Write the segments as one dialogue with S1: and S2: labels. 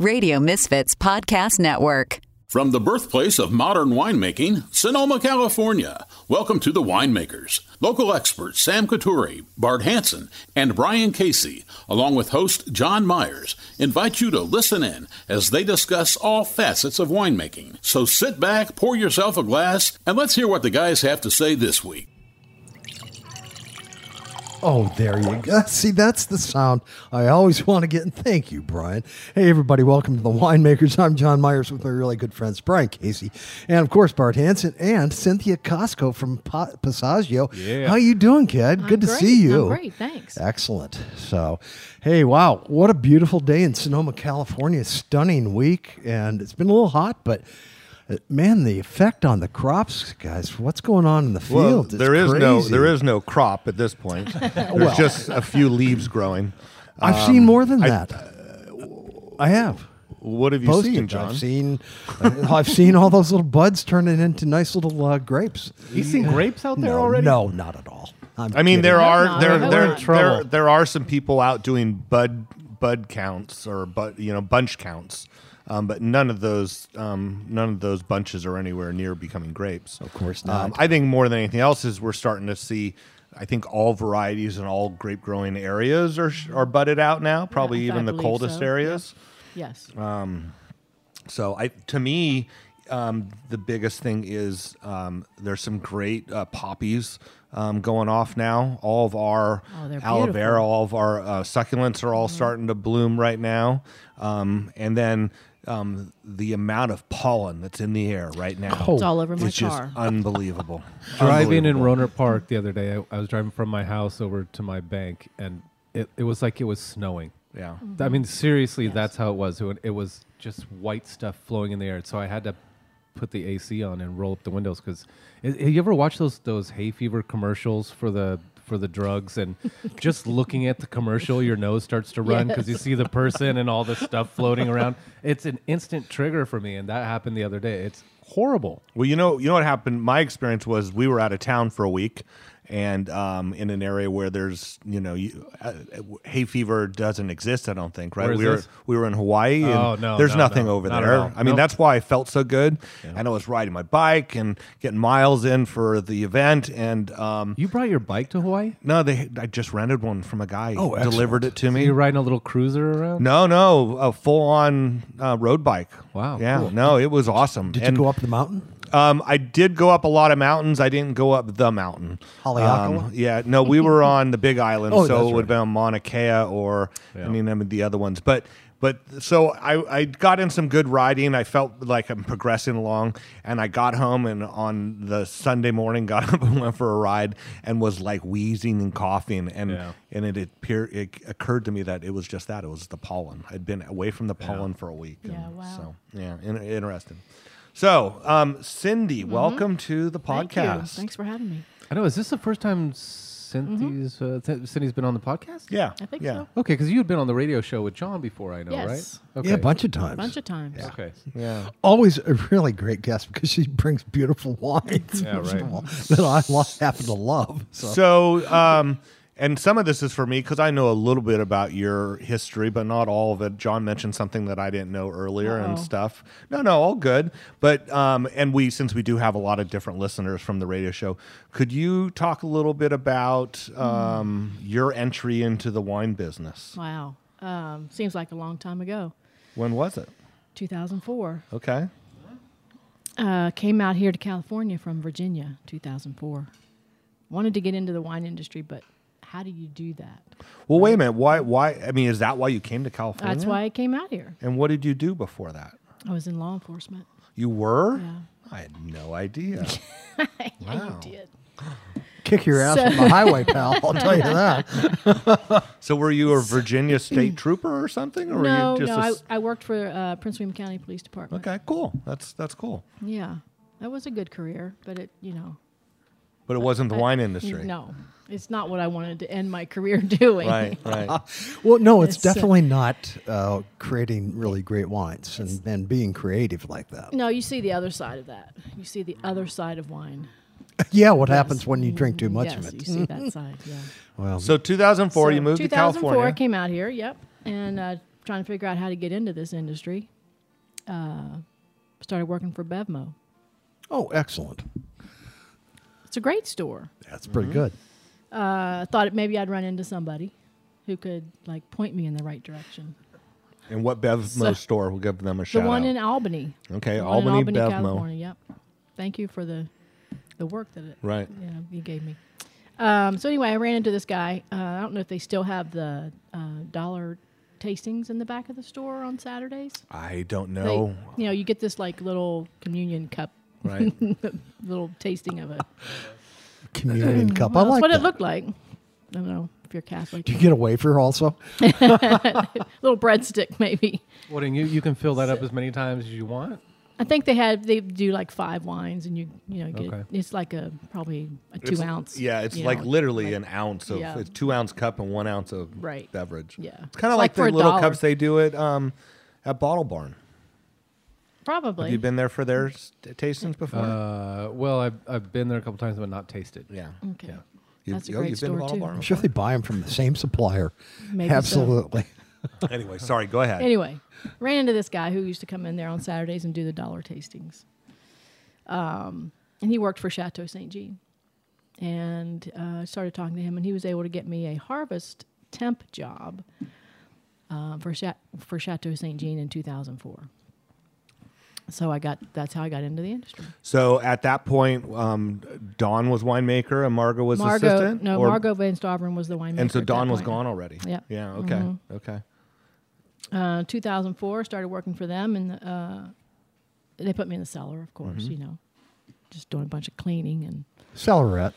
S1: Radio Misfits Podcast Network.
S2: From the birthplace of modern winemaking, Sonoma, California, welcome to The Winemakers. Local experts Sam Couture, Bart Hanson, and Brian Casey, along with host John Myers, invite you to listen in as they discuss all facets of winemaking. So sit back, pour yourself a glass, and let's hear what the guys have to say this week.
S3: Oh, there you go. See, that's the sound I always want to get. And thank you, Brian. Hey, everybody, welcome to the Winemakers. I'm John Myers with my really good friends, Brian Casey, and of course Bart Hansen and Cynthia Costco from pa- Passaggio.
S4: Yeah.
S3: How you doing, kid?
S5: I'm
S3: good to
S5: great.
S3: see you.
S5: I'm great, thanks.
S3: Excellent. So, hey, wow, what a beautiful day in Sonoma, California. Stunning week, and it's been a little hot, but. uh, Man, the effect on the crops, guys. What's going on in the field?
S4: Well,
S3: It's
S4: there is no
S3: crazy.
S4: there is no crop at this point. There's
S3: Well.
S4: just a few leaves growing.
S3: I've seen more than
S4: Um, I-
S3: that. I have.
S4: What have you
S3: Posted.
S4: seen, John?
S3: I've seen, uh, I've seen all those little buds turning into nice little uh, grapes.
S6: He's seen grapes out there
S3: no,
S6: already.
S3: no, not at all. I'm
S4: I mean, there
S3: kidding.
S4: are
S5: not.
S4: there
S5: We're
S4: there,
S5: not.
S4: there
S3: Trouble.
S4: there are some people out doing bud bud counts or bud you know bunch counts, um, but none of those um, none of those bunches are anywhere near becoming grapes. Of
S3: course
S4: Um, I think more than anything else is we're starting to see. I think all varieties and all grape growing areas are are budded out now. Probably
S5: I- I
S4: even the
S5: believe
S4: coldest
S5: so. Yeah.
S4: areas.
S5: Yes.
S4: So I, to me, um, the biggest thing is um, there's some great uh, poppies um, going off now. All of our
S5: Oh, they're
S4: aloe vera,
S5: beautiful. Mm-hmm.
S4: all of our uh, succulents are all starting to bloom right now, um, and then. Um, the amount of pollen that's in the air right now.
S5: It's all over my
S4: it's just
S5: car.
S4: unbelievable.
S6: Driving in
S4: Unbelievable.
S6: Roner Park the other day, I, I was driving from my house over to my bank, and it, it was like it was snowing.
S4: Yeah.
S6: I mean, seriously, that's how it was. It, it was just white stuff flowing in the air. So I had to put the AC on and roll up the windows because have you ever watched those those hay fever commercials for the for the drugs and just looking at the commercial your nose starts to run because you see the person and all this stuff floating around it's an instant trigger for me and that happened the other day it's horrible
S4: Well, you know, you know what happened. My experience was we were out of town for a week, and um, in an area where there's, you know, you, uh, uh, hay fever doesn't exist. I don't think, right?
S6: Where is
S4: we were
S6: this?
S4: we were in Hawaii. And
S6: Oh, no,
S4: there's
S6: no,
S4: nothing
S6: no,
S4: over
S6: not at
S4: there.
S6: all.
S4: I mean,
S6: Nope.
S4: that's why I felt so good. And I was riding my bike and getting miles in for the event, and um,
S6: you brought your bike to hawaii
S4: no, they I just rented one from a guy. Oh, delivered it to me.
S6: You're riding a little cruiser around?
S4: No, no, a full-on uh, road bike.
S6: Wow,
S4: Yeah,
S6: cool.
S4: no, it was awesome.
S3: Did
S4: And-
S3: you go up the mountain?
S4: um, I did go up a lot of mountains. I didn't go up the mountain.
S3: Haleakala?
S4: Um, yeah, no, we were on the Big Island,
S3: Oh,
S4: so it
S3: that's
S4: would have been on Mauna Kea or I mean, I mean the other ones, but. But so I, I got in some good riding. I felt like I'm progressing along, and I got home and on the Sunday morning got up and went for a ride and was like wheezing and coughing and
S6: Yeah.
S4: and it appear, it occurred to me that it was just that it was the pollen. I'd been away from the pollen for a week.
S5: Yeah,
S4: and
S5: wow.
S4: So yeah, in- interesting. So, um, Cindy, welcome to the podcast.
S5: Mm-hmm. Thank you. Thanks for having me.
S6: I know. Is this the first time Cynthia's, uh, Th- Cynthia's been on the podcast?
S4: Yeah,
S5: I think
S4: yeah,
S5: so.
S6: Okay, because you had been on the radio show with John before, I know,
S5: Yes.
S6: right? Okay.
S3: Yeah, a bunch of times.
S5: A bunch of times.
S6: Okay.
S4: yeah.
S3: Always a really great guest because she brings beautiful wines
S6: Yeah,
S3: first
S6: right.
S3: of all, that I lo- happen to love. So,
S4: So, um, and some of this is for me because I know a little bit about your history, but not all of it. John mentioned something that I didn't know earlier and
S5: Uh-oh.
S4: stuff. No, no, all good. But um, and we since we do have a lot of different listeners from the radio show, could you talk a little bit about
S5: Mm-hmm.
S4: um, your entry into the wine business?
S5: Wow. Um, seems like a long time ago.
S4: When was it?
S5: 2004.
S4: Okay.
S5: Uh, came out here to California from Virginia, 2004. Wanted to get into the wine industry, but how do you do that?
S4: Well, wait a minute. Why? Why? I mean, is that why you came to California?
S5: That's why I came out here.
S4: And what did you do before that?
S5: I was in law enforcement.
S4: You were?
S5: Yeah.
S4: I had no idea.
S5: Wow. I did.
S3: kick your ass
S5: So-
S3: on the highway, pal. I'll tell you that.
S4: so were you a Virginia state trooper or something? Or
S5: No,
S4: were
S5: no,
S4: you just
S5: I
S4: a s-
S5: I worked for uh, Prince William County Police Department.
S4: Okay, cool. That's that's cool.
S5: Yeah. That was a good career, but it, you know,
S4: But it wasn't the
S5: I-
S4: wine industry.
S5: No, it's not what I wanted to end my career doing.
S4: Right, right.
S5: Um,
S3: Well, no, it's,
S5: It's, uh,
S3: definitely not uh, creating really great wines and, and being creative like that.
S5: No, you see the other side of that. You see the other side of wine.
S3: Yeah, what happens when you drink too much
S5: yes,
S3: of
S5: you
S3: it? Mm.
S5: see that side. Yeah.
S4: So 2004,
S5: So
S4: you moved to
S5: 2004,
S4: California.
S5: came out here. Yep, and uh, trying to figure out how to get into this industry. Uh, started working for Bevmo.
S3: Oh, excellent.
S5: It's a great store. Uh,
S3: That's
S5: Mm-hmm.
S3: pretty good.
S5: I thought it, maybe I'd run into somebody who could like point me in the right direction.
S4: And what Bevmo
S5: So-
S4: store? We'll give them a shout
S5: the one
S4: out.
S5: in Albany.
S4: Okay,
S5: The one in
S4: Albany,
S5: Albany,
S4: Bevmo.
S5: California. Yep. Thank you for the the work that it
S4: Right.
S5: you know, you gave me. Um, so anyway, I ran into this guy. Uh, I don't know if they still have the uh, dollar tastings in the back of the store on Saturdays.
S4: I don't
S5: They-
S4: know.
S5: you know, you get this like little communion cup,
S4: right.
S5: little tasting of it.
S3: Communion cup. I
S5: That's
S3: like
S5: what
S3: that.
S5: it looked like. I don't know if you're Catholic.
S3: Do you get a wafer also?
S5: Uh-huh. little breadstick maybe.
S6: What and you you can fill that up as many times as you want.
S5: I think they had they do like five wines, and you you know get
S6: Okay.
S5: it's like a probably a two
S4: It's-
S5: ounce.
S4: Yeah, it's
S5: you
S4: like
S5: know,
S4: literally
S5: like-
S4: an ounce of
S5: Yeah.
S4: it's two ounce cup and one ounce of
S5: Right.
S4: beverage.
S5: Yeah.
S4: it's kind of
S5: It's
S4: like,
S5: like for a
S4: the little
S5: dollar.
S4: cups they do at um at Bottle Barn.
S5: probably.
S4: Have you been there for their
S5: Mm.
S4: s- tastings before?
S6: Uh, well, I've I've been there a couple times, but not tasted.
S4: yeah,
S5: okay.
S6: yeah.
S4: You-
S5: Mm, That's a
S4: oh,
S5: great
S4: you've been to
S5: store,
S4: Bottle
S5: too.
S4: Barn
S3: I'm sure they buy them from the same supplier.
S5: Maybe so.
S3: Absolutely.
S4: before? anyway, sorry. Go ahead.
S5: Anyway, ran into this guy who used to come in there on Saturdays and do the dollar tastings, um, and he worked for Chateau Saint Jean, and uh, started talking to him, and he was able to get me a harvest temp job uh, for Cha- for Chateau Saint Jean in 2004. So I got that's how I got into the industry.
S4: So at that point, um, Dawn was winemaker and Margot was
S5: Margot,
S4: assistant.
S5: no,
S4: Or-
S5: Margot Van Stavren was the winemaker.
S4: And so
S5: at that
S4: Dawn was
S5: point.
S4: gone already.
S5: Yeah. Mm-hmm.
S4: Yeah. Okay. Okay.
S5: Uh, 2004, started working for them, and uh, they put me in the cellar, of course,
S4: Mm-hmm.
S5: you know, just doing a bunch of cleaning and
S3: Cellar rat.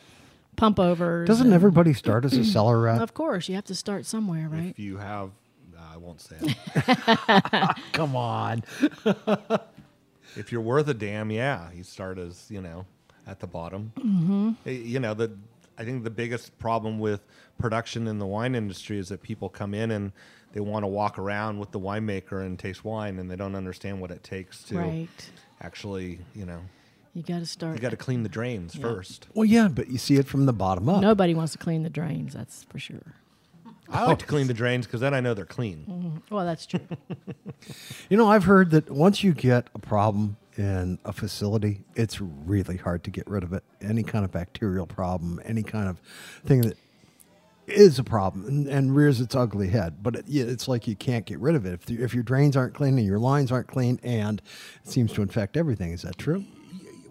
S5: pump overs.
S3: Doesn't
S5: and-
S3: everybody start as a cellar rat?
S5: Of course, you have to start somewhere, right?
S4: If you have, I won't say it.
S3: Come on.
S4: if you're worth a damn, yeah, you start as you know at the bottom. Uh, You know the I think the biggest problem with production in the wine industry is that people come in and they want to walk around with the winemaker and taste wine, and they don't understand what it takes to
S5: Right.
S4: actually, you know,
S5: You got to start.
S4: you got to clean the drains first.
S3: Well, yeah, but you see it from the bottom up.
S5: Nobody wants to clean the drains, that's for sure.
S4: I like to clean the drains because then I know they're clean.
S5: Well, that's true.
S3: You know, I've heard that once you get a problem in a facility, it's really hard to get rid of it. Any kind of bacterial problem, any kind of thing that is a problem and, and rears its ugly head. But it, yeah, it's like you can't get rid of it. If, the, if your drains aren't clean and your lines aren't clean, and it seems to infect everything. Is that true?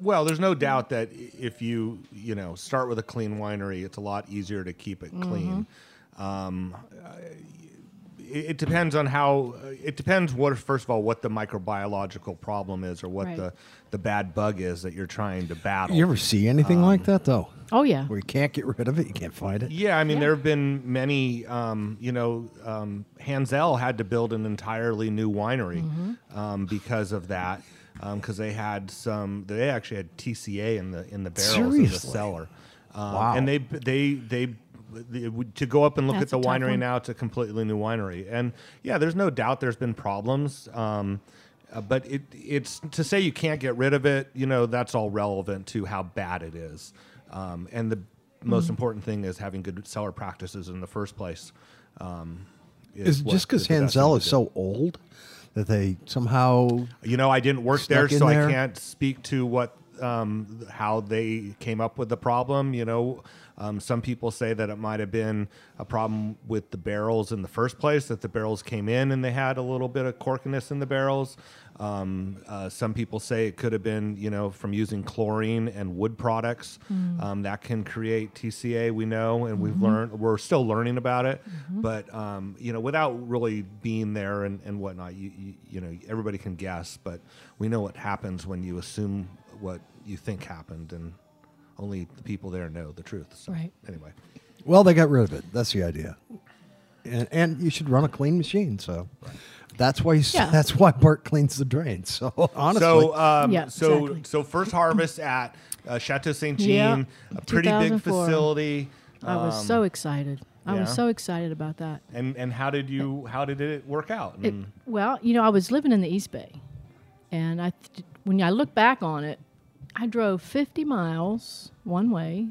S4: Well, there's no doubt that i- if you you know start with a clean winery, it's a lot easier to keep it clean. Um, it, it depends on how uh, it depends what first of all what the microbiological problem is or what
S5: Right.
S4: the the bad bug is that you're trying to battle
S3: You ever see anything like that, though?
S5: Oh, yeah.
S3: Where you can't get rid of it, you can't find it?
S4: yeah i mean there have been many um, you know um, hansel had to build an entirely new winery
S3: Mm-hmm.
S4: um, because of that because they had some they actually had tca in the in the barrels in the
S3: Seriously?
S4: cellar um,
S3: Wow.
S4: and they they they the- to go up and look
S5: That's
S4: at
S5: a
S4: the
S5: tough
S4: winery
S5: one.
S4: now it's a completely new winery and yeah there's no doubt there's been problems um, uh, but it it's to say you can't get rid of it you know that's all relevant to how bad it is um, and the
S3: Mm.
S4: most important thing is having good seller practices in the first place um,
S3: Is
S4: what
S3: just because
S4: is the best
S3: Hansel
S4: thing
S3: is
S4: to do.
S3: so old that they somehow
S4: You know, I didn't work there,
S3: Stuck in
S4: so
S3: there?
S4: I can't speak to what um, th- how they came up with the problem. You know, um, some people say that it might have been a problem with the barrels in the first place, that the barrels came in and they had a little bit of corkiness in the barrels. Um, uh, some people say it could have been, you know, from using chlorine and wood products um, that can create TCA. We know, and we've learned, we're still learning about it. But um, you know, without really being there and, and whatnot, you, you you know, everybody can guess. But we know what happens when you assume what you think happened, and only the people there know the truth. So
S5: Right.
S4: anyway,
S3: Well, they got rid of it. That's the idea. And, and you should run a clean machine. So that's why you, s
S5: Yeah.
S3: that's why Bart cleans the drains. So honestly,
S4: so um,
S5: Yeah,
S4: so
S5: exactly.
S4: so first harvest at uh, Chateau Saint Jean,
S5: Yeah,
S4: a pretty big
S5: 2004.
S4: facility. Uh,
S5: I was so excited. I was
S4: um, yeah.
S5: so excited about that.
S4: And and how did you how did it work out?
S5: It, Well, you know, I was living in the East Bay, and I, th- when I look back on it, I drove 50 miles one way,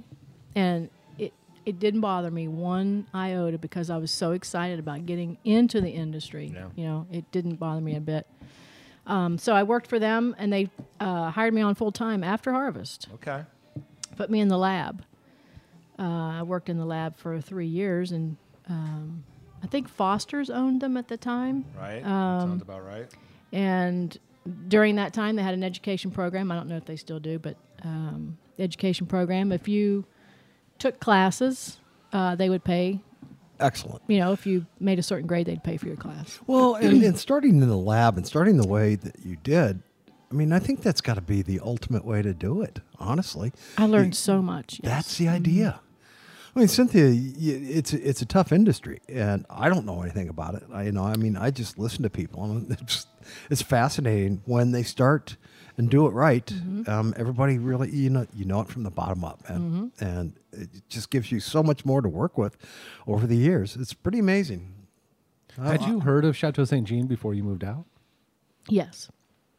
S5: and it, it didn't bother me one iota because I was so excited about getting into the industry. You know, it didn't bother me a bit. Um, so I worked for them, and they uh, hired me on full time after harvest.
S4: Okay.
S5: Put me in the lab. Uh, I worked in the lab for three years, and um, I think Foster's owned them at the time.
S4: Right.
S5: Um,
S4: Sounds about right.
S5: And during that time, they had an education program. I don't know if they still do, but um, the education program. If you took classes, uh, they would pay.
S3: Excellent.
S5: You know, if you made a certain grade, they'd pay for your class.
S3: Well, and, and starting in the lab and starting the way that you did, I mean, I think that's got to be the ultimate way to do it, honestly.
S5: I learned so much. yes.
S3: That's the idea. I mean, Cynthia, y- it's it's a tough industry, and I don't know anything about it. I, you know, I mean, I just listen to people, and it's just, it's fascinating when they start and do it right.
S5: Mm-hmm.
S3: Um, everybody really, you know, you know it from the bottom up, man,
S5: Mm-hmm.
S3: and it just gives you so much more to work with over the years. It's pretty amazing.
S6: Had you heard of Chateau Saint Jean before you moved out?
S5: Yes.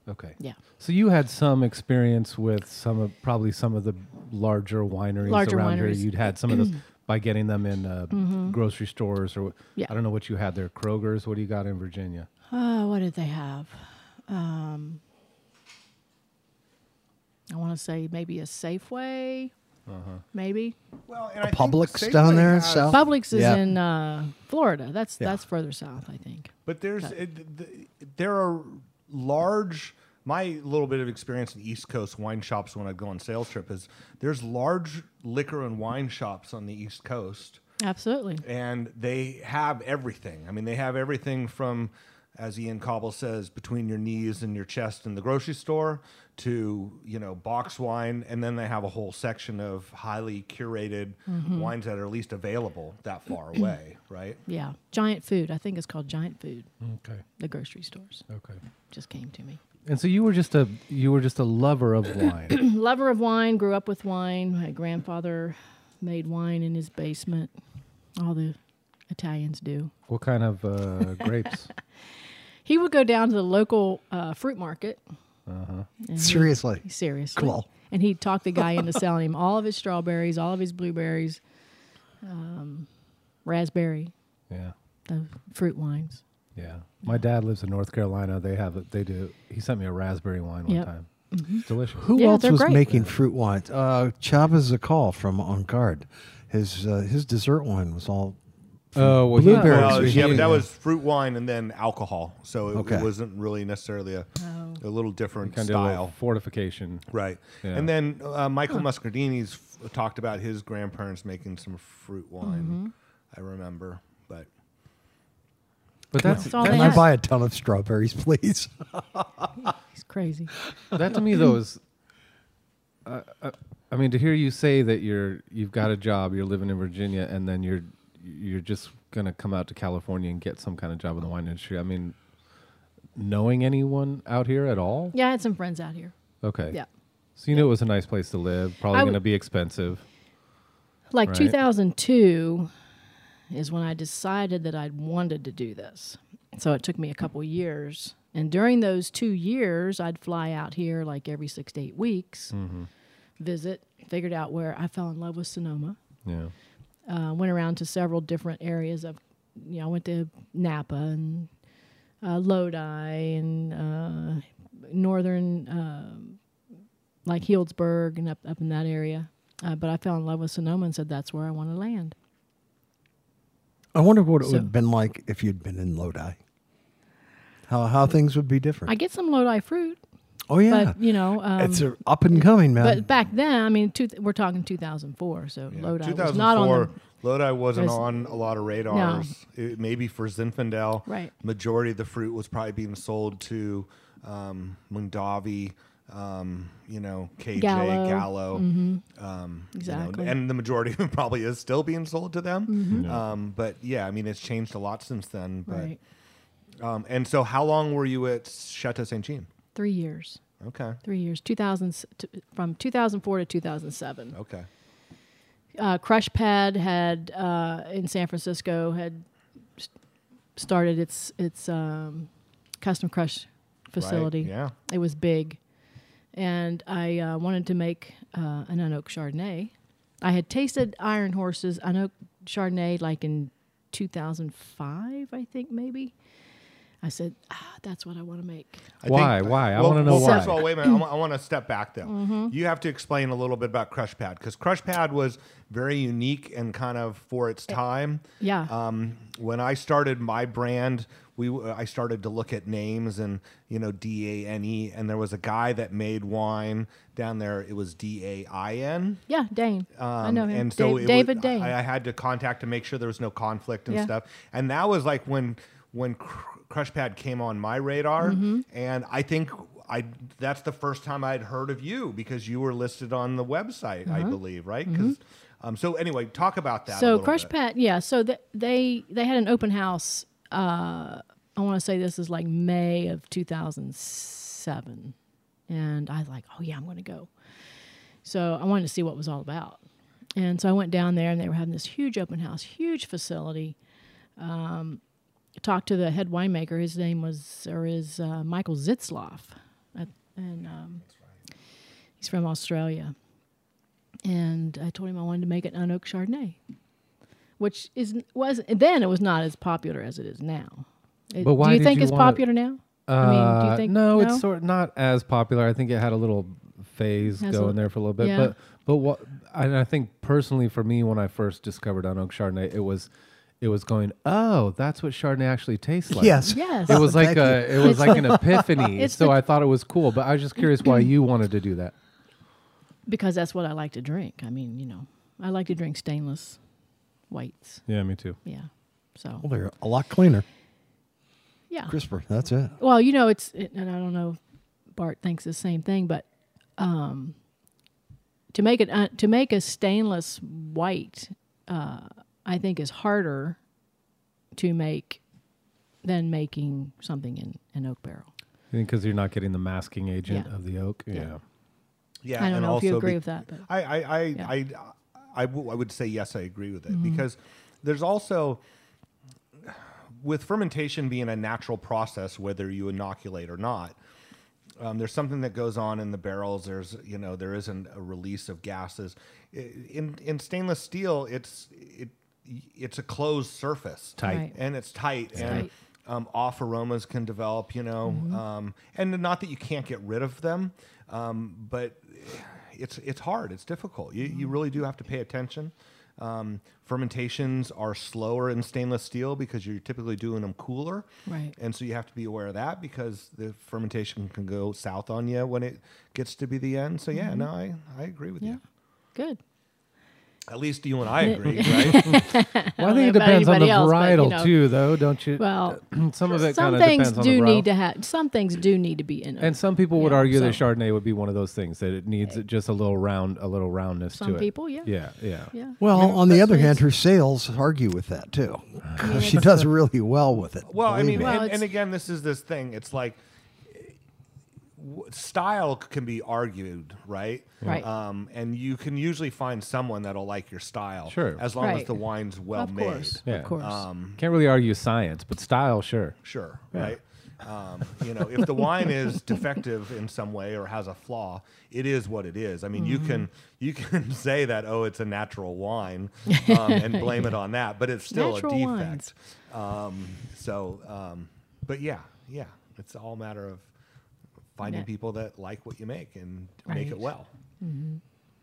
S6: Okay.
S5: Yeah.
S6: So you had some experience with some of probably some of the larger wineries
S5: Larger
S6: around here.
S5: wineries. Mm-hmm.
S6: You'd had some of those by getting them in uh, grocery stores or
S5: Yeah.
S6: I don't know what you had there. Kroger's. What do you got in Virginia?
S5: Oh, what did they have? Um, I want to say maybe a Safeway,
S3: Uh-huh.
S5: maybe.
S4: Well,
S3: A Publix down there in South.
S5: Publix is
S3: Yeah.
S5: in uh, Florida. That's
S3: Yeah.
S5: that's further south, I think.
S4: But there's it, th- there are large. My little bit of experience in East Coast wine shops when I go on sales trip is there's large liquor and wine shops on the East Coast,
S5: Absolutely.
S4: and they have everything. I mean, they have everything from, as Ian Cobble says, between your knees and your chest in the grocery store to you know box wine, and then they have a whole section of highly curated wines that are at least available that far away, right?
S5: Yeah. Giant Food. I think it's called Giant Food.
S6: Okay.
S5: The grocery stores
S6: Okay.
S5: just came to me.
S6: And so you were just a you were just a lover of wine.
S5: Lover of wine. Grew up with wine. My grandfather made wine in his basement. All the Italians do.
S6: what kind of uh, grapes?
S5: He would go down to the local uh, fruit market.
S3: Seriously,
S5: Seriously.
S3: Cool.
S5: And he'd talk the guy into selling him all of his strawberries, all of his blueberries, um, raspberry,
S6: Yeah.
S5: the fruit wines.
S6: Yeah. My dad lives in North Carolina. They have a, they do. He sent me a raspberry wine one
S5: Yep. Mm-hmm.
S6: time. It's delicious.
S3: Who
S5: Yeah,
S3: else
S5: they're
S3: was
S5: great.
S3: making fruit wines? Uh, Chavez Zakal from On Guard. His uh, his dessert wine was all
S6: Oh well,
S3: Blueberries
S4: Well,
S3: or
S4: Uh, yeah,
S3: something.
S4: but that was fruit wine and then alcohol, so it, it
S3: Okay.
S4: wasn't really necessarily a, a little different
S6: kind of
S4: style,
S6: fortification.
S4: right?
S6: Yeah.
S4: And then uh, Michael Muscardini's f- talked about his grandparents making some fruit
S5: Mm-hmm.
S4: wine. I remember, but
S6: But that's
S5: That's all
S3: Can
S5: they
S3: I
S5: had.
S3: buy a ton of strawberries, please?
S5: He's crazy.
S6: that to me though is I, I, I mean to hear you say that you're you've got a job you're living in virginia and then you're you're just gonna come out to california and get some kind of job in the wine industry i mean knowing anyone out here at all
S5: Yeah, I had some friends out here.
S6: okay
S5: Yeah.
S6: so you knew it was a nice place to live probably
S5: I
S6: gonna
S5: would-
S6: be expensive
S5: Like
S6: Right.
S5: 2002 is when I decided that I wanted to do this. So it took me a couple years. And during those two years, I'd fly out here like every six to eight weeks, visit, figured out where I fell in love with Sonoma.
S6: yeah
S5: uh, went around to several different areas of, you know, I went to Napa and uh, Lodi and uh, northern, um like Healdsburg and up, up in that area. Uh, but I fell in love with Sonoma and said, that's where I want to land.
S3: I wonder what it
S5: So-
S3: would have been like if you'd been in Lodi. How how things would be different.
S5: I get some Lodi fruit,
S3: oh yeah,
S5: but, you know, um,
S3: it's a up and coming man.
S5: but back then, I mean, two, we're talking 2004, so
S4: yeah.
S5: Lodi was
S4: 2004,
S5: not on the,
S4: Lodi wasn't
S5: was-
S4: on a lot of radars. It- maybe for Zinfandel,
S5: Right.
S4: Majority of the fruit was probably being sold to um, Mondavi. Um, you know, KJ
S5: Gallo. Mm-hmm.
S4: Gallo, Um, you know,
S5: exactly. Mm-hmm.
S4: and the majority of it probably is still being sold to them. Um, but yeah, I mean, it's changed a lot since then. But
S5: right.
S4: um, and so, how long were you at Chateau Saint Jean?
S5: Three years,
S4: Okay,
S5: three years, 2000, to, from 2004 to 2007.
S4: okay,
S5: uh, Crush Pad had uh, in San Francisco had s- started its its um, custom crush facility.
S4: Right. Yeah,
S5: It was big, and I uh, wanted to make uh, an unoak Chardonnay, I had tasted Iron Horses. I know Chardonnay like in 2005, I think maybe. I said, ah, that's what I want to make.
S4: I
S6: Why? Why? I
S4: well,
S6: wanna know
S4: well, First of
S6: why.
S4: all, wait a minute. I wa- I want to step back though.
S5: Mm-hmm.
S4: You have to explain a little bit about Crush Pad because Crush Pad was very unique and kind of for its time.
S5: yeah.
S4: Um, when I started my brand, we w- I started to look at names and you know D A N E, and there was a guy that made wine down there. It was D A I N.
S5: Yeah, Dane. I
S4: Um,
S5: know him.
S4: And so
S5: Da-
S4: it
S5: David
S4: was,
S5: Dane.
S4: I, I had to contact to make sure there was no conflict and
S5: Yeah.
S4: stuff. And that was like when when Cr- Crush Pad came on my radar,
S5: Mm-hmm.
S4: and I think I that's the first time I'd heard of you because you were listed on the website, I believe, right? Because um, so anyway, talk about that.
S5: Uh-huh. Mm-hmm.
S4: a
S5: so
S4: little
S5: Crush
S4: bit.
S5: Pat, yeah. So th- they they had an open house. Uh, I want to say this is like May of 2007, and I was like, oh yeah, I'm going to go. So I wanted to see what it was all about, and so I went down there, and they were having this huge open house, huge facility. Um, talked to the head winemaker. His name was or is uh, Michael Zitzloff, Uh, and um, he's from Australia. And I told him I wanted to make an unoaked Chardonnay, which is was then it was not as popular as it is now. It-
S6: But why
S5: do you
S6: did
S5: think
S6: you
S5: it's
S6: wanna-
S5: popular now?
S6: Uh, no, it's sort of not as popular. I think it had a little phase
S5: Has a
S6: going
S5: li-
S6: there for a little bit,
S5: yeah.
S6: but but what and I think personally for me when I first discovered Unoak Chardonnay, it was it was going, oh, that's what Chardonnay actually tastes like.
S3: Yes.
S5: Yes.
S6: It was like
S3: Thank
S6: a, it was like an epiphany.
S5: It's
S6: so
S5: the-
S6: I thought it was cool, but I was just curious why you wanted to do that.
S5: because that's what I like to drink. I mean, you know, I like to drink stainless whites.
S6: Yeah, me too.
S5: Yeah. So
S3: Well, they're a lot cleaner,
S5: yeah.
S3: crisper. That's it.
S5: Well, you know, it's it, and I don't know. if Bart thinks the same thing, but um, to make it uh, to make a stainless white, uh, I think is harder to make than making something in an oak barrel.
S6: Because you're not getting the masking agent
S5: Yeah.
S6: of the oak. Yeah.
S4: Yeah,
S5: I don't
S4: and
S5: know if you
S4: also
S5: agree
S4: be-
S5: with that, but-
S4: I I I,
S5: Yeah.
S4: I, I w- I would say yes, I agree with it because there's also with fermentation being a natural process, whether you inoculate or not. Um, there's something that goes on in the barrels. There's, you know, there isn't a release of gases. I- In in stainless steel, it's it it's a closed surface,
S5: Tight. Right.
S4: and it's tight, and
S5: tight. Mm-hmm.
S4: um, off aromas can develop, you know, um, and not that you can't get rid of them, um, but it's it's hard, it's difficult. You,
S5: Mm-hmm.
S4: you really do have to pay attention. Um, fermentations are slower in stainless steel because you're typically doing them cooler,
S5: Right.
S4: And so you have to be aware of that because the fermentation can go south on you when it gets to be the end. So
S5: Mm-hmm.
S4: yeah, no, I, I agree with you.
S5: Good.
S4: At least you and I agree, right?
S6: Well, I think it
S5: know about
S6: depends on the
S5: anybody else, but, you
S6: varietal
S5: know.
S6: too, though, don't you?
S5: Well,
S6: some of it kind
S5: some
S6: of
S5: things
S6: depends on the
S5: do
S6: varietal.
S5: need to have. Some things do need to be in.
S6: And some people would
S5: Yeah,
S6: argue that
S5: so-
S6: Chardonnay would be one of those things that it needs just a little round, a little roundness
S5: Some
S6: to it.
S5: people, yeah.
S6: yeah, yeah.
S5: yeah.
S3: Well,
S5: Yeah,
S3: on the
S5: that's
S3: other
S5: what
S3: hand,
S5: it's-
S3: her sales argue with that too. she does really well with it.
S4: Well, I
S3: believe
S4: mean,
S3: me.
S5: Well,
S4: and,
S5: it's-
S4: and again, this is this thing. It's like w- style can be argued, right?
S5: Right.
S4: Um, and you can usually find someone that'll like your style,
S6: Sure.
S4: as long as
S5: Right.
S4: the wine's well
S5: of
S4: made. Um,
S5: course,
S6: Yeah.
S5: of course.
S6: Can't really argue science, but style, sure.
S4: Sure, right. Um, you know, if the wine is defective in some way or has a flaw, it is what it is. I mean, you can
S5: Mm-hmm.
S4: you can say that oh, it's a natural wine, um, and blame it on that, but it's still
S5: Natural
S4: a
S5: wines.
S4: defect. Um, so, um, but yeah, yeah, it's all a matter of finding
S5: Yeah.
S4: people that like what you make and make
S5: Right.
S4: it well.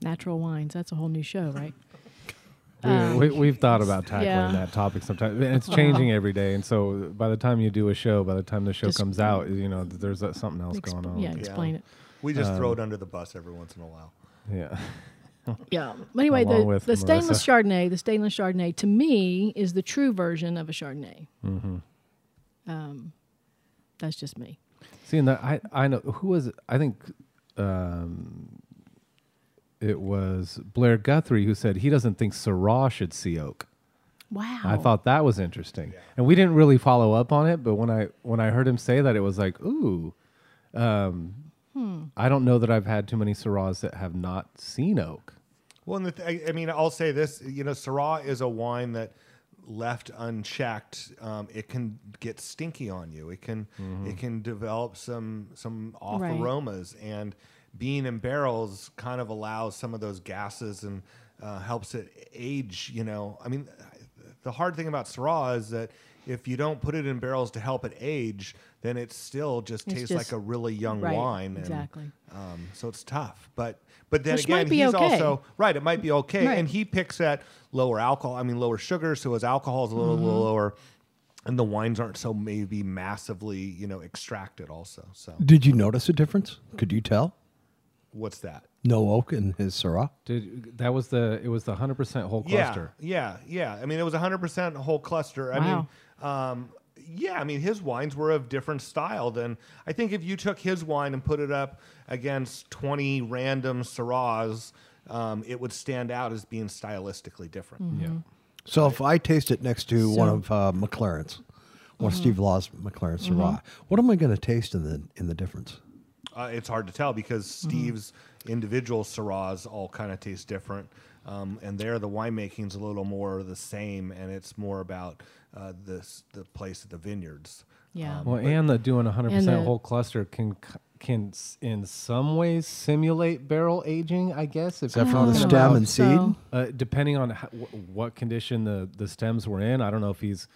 S5: Natural wines. That's a whole new show, right?
S6: We, we, we've thought about tackling
S5: Uh, yeah.
S6: that topic sometimes, and it's changing every day. And so, by the time you do a show, by the time the show
S5: Just-
S6: comes out, you know, th- there's uh, something else
S5: Exp-
S6: going on.
S5: Yeah, explain it.
S4: We just throw it under the bus every once in a while.
S6: yeah.
S5: Yeah. But anyway,
S6: Along
S5: the,
S6: with
S5: the stainless
S6: Marissa.
S5: Chardonnay, the stainless Chardonnay to me is the true version of a Chardonnay. Mm-hmm. Um, that's just me.
S6: Seeing that, I I know who was it? I think um, it was Blair Guthrie who said he doesn't think Syrah should see oak.
S5: Wow.
S6: I thought that was interesting, and we didn't really follow up on it. But when I when I heard him say that, it was like, ooh,
S5: Hmm.
S6: um, I don't know that I've had too many Syrahs that have not seen oak.
S4: Well, and the th- I, I mean, I'll say this: you know, Syrah is a wine that, left unchecked, um, it can get stinky on you. It can it can develop some some off
S5: Right.
S4: aromas, and being in barrels kind of allows some of those gases and uh, helps it age. You know, I mean, the hard thing about Syrah is that if you don't put it in barrels to help it age, then it still just
S5: It's
S4: tastes
S5: just-
S4: like a really young
S5: right,
S4: wine. and,
S5: exactly.
S4: um, so it's tough, but but then
S5: Which
S4: again,
S5: might be
S4: he's
S5: okay.
S4: also right. It might be okay,
S5: Right.
S4: and he picks at lower alcohol. I mean, lower sugar, so his alcohol is a little,
S5: Mm-hmm.
S4: little lower, and the wines aren't so maybe massively you know extracted. Also, so
S3: Did you notice a difference? Could you tell?
S4: what's that?
S3: No oak in his Syrah.
S6: Did, that was the it was the hundred percent whole cluster.
S4: Yeah, yeah, yeah. I mean, it was 100% whole cluster. I mean, um, yeah, I mean, his wines were of different style than I think if you took his wine and put it up against 20 random Syrahs, um, it would stand out as being stylistically different.
S5: Mm-hmm.
S6: Yeah.
S3: So if I taste it next to one
S5: So-
S3: of
S5: Mm-hmm.
S3: uh, McLaren's, one of Steve Law's McLaren Syrah, what am I going to taste in the in the difference?
S4: Uh, it's hard to tell because
S5: Mm-hmm.
S4: Steve's individual Syrahs all kind of taste different. Um, and there, the winemaking's a little more the same, and it's more about uh, this, the place of the vineyards. Uh,
S5: Yeah.
S6: Well, and the doing hundred
S5: And the-
S6: percent whole cluster can c- can s- in some ways simulate barrel aging. I guess if
S3: Except
S6: you're
S3: for the
S6: talking
S5: Oh,
S3: stem
S6: about-
S3: and seed.
S5: so-
S6: Uh, depending on how, wh- what condition the, the stems were in, I don't know if he's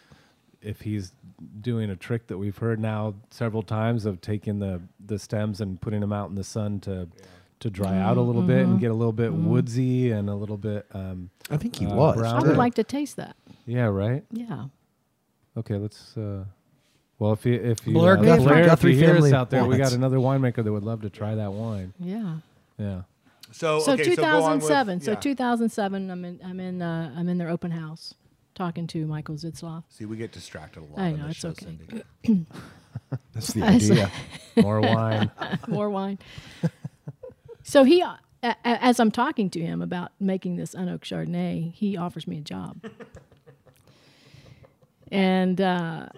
S6: if he's doing a trick that we've heard now several times of taking the, the stems and putting them out in the sun to to dry out a little bit and get a little bit woodsy and a little bit um,
S3: I think he
S6: Uh,
S3: was.
S6: brown
S5: I
S6: Yeah.
S5: would like to taste that.
S6: yeah right
S5: Yeah.
S6: okay let's uh, well if you if you
S3: Blair
S6: uh,
S3: Guthrie-
S6: if you
S3: Guthrie
S6: hear us
S3: family
S6: out there we got
S3: wines.
S6: another winemaker that would love to try that wine
S5: Yeah.
S6: yeah
S4: So,
S5: so
S4: Oh, okay, go on with-
S5: 2007. So,
S4: yeah.
S5: 2007. I'm in. I'm in. Uh, I'm in their open house, talking to Michael Zitzloff.
S4: See, we get distracted a lot.
S5: I
S4: on
S5: know,
S4: this
S5: it's
S4: show,
S5: okay.
S4: Cindy.
S3: That's the
S5: I see.
S3: idea.
S6: more wine
S5: more wine. so he, a- a- as I'm talking to him about making this unoaked Chardonnay, he offers me a job. and uh,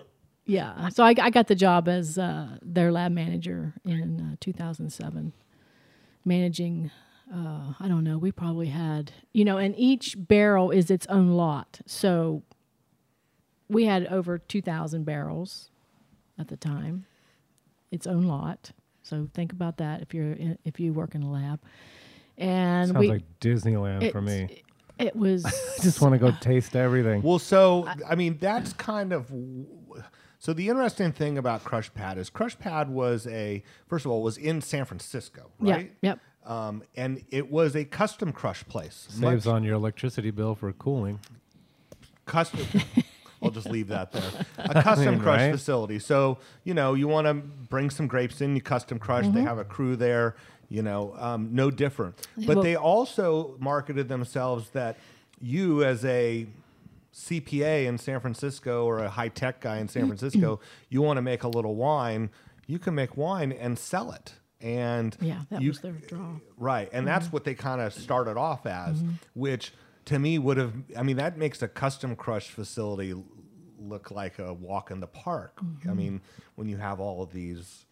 S5: yeah, so I, I got the job as uh, their lab manager in uh, 2007, managing. Uh, I don't know. We probably had, you know, and each barrel is its own lot. So we had over 2,000 barrels at the time its own lot. So think about that if you're in, if you work in a lab. And
S6: sounds
S5: we
S6: like Disneyland for
S5: it's-
S6: me
S5: It was
S6: I just want to go taste everything
S4: Well, so I mean, that's kind of so. The interesting thing about Crush Pad is Crush Pad was a first of all it was in San Francisco,
S5: yeah,
S4: right?
S5: yep.
S4: Um, and it was a custom crush place.
S6: Saves
S4: Much
S6: on your electricity bill for cooling.
S4: custom. I'll just leave that there. A custom
S6: mean,
S4: crush
S6: right?
S4: facility. So you know you want to bring some grapes in, you custom crush.
S5: Mm-hmm.
S4: They have a crew there. You know, um, no different. But
S5: Well-
S4: they also marketed themselves that you as a CPA in San Francisco or a high tech guy in San Francisco,
S5: Mm-hmm.
S4: you want to make a little wine, you can make wine and sell it. And
S5: Yeah, that
S4: you-
S5: was their draw.
S4: Right.
S5: Mm-hmm.
S4: And that's what they kind of started off as, which to me would have, I mean, that makes a custom crush facility l- look like a walk in the park. I mean, when you have all of these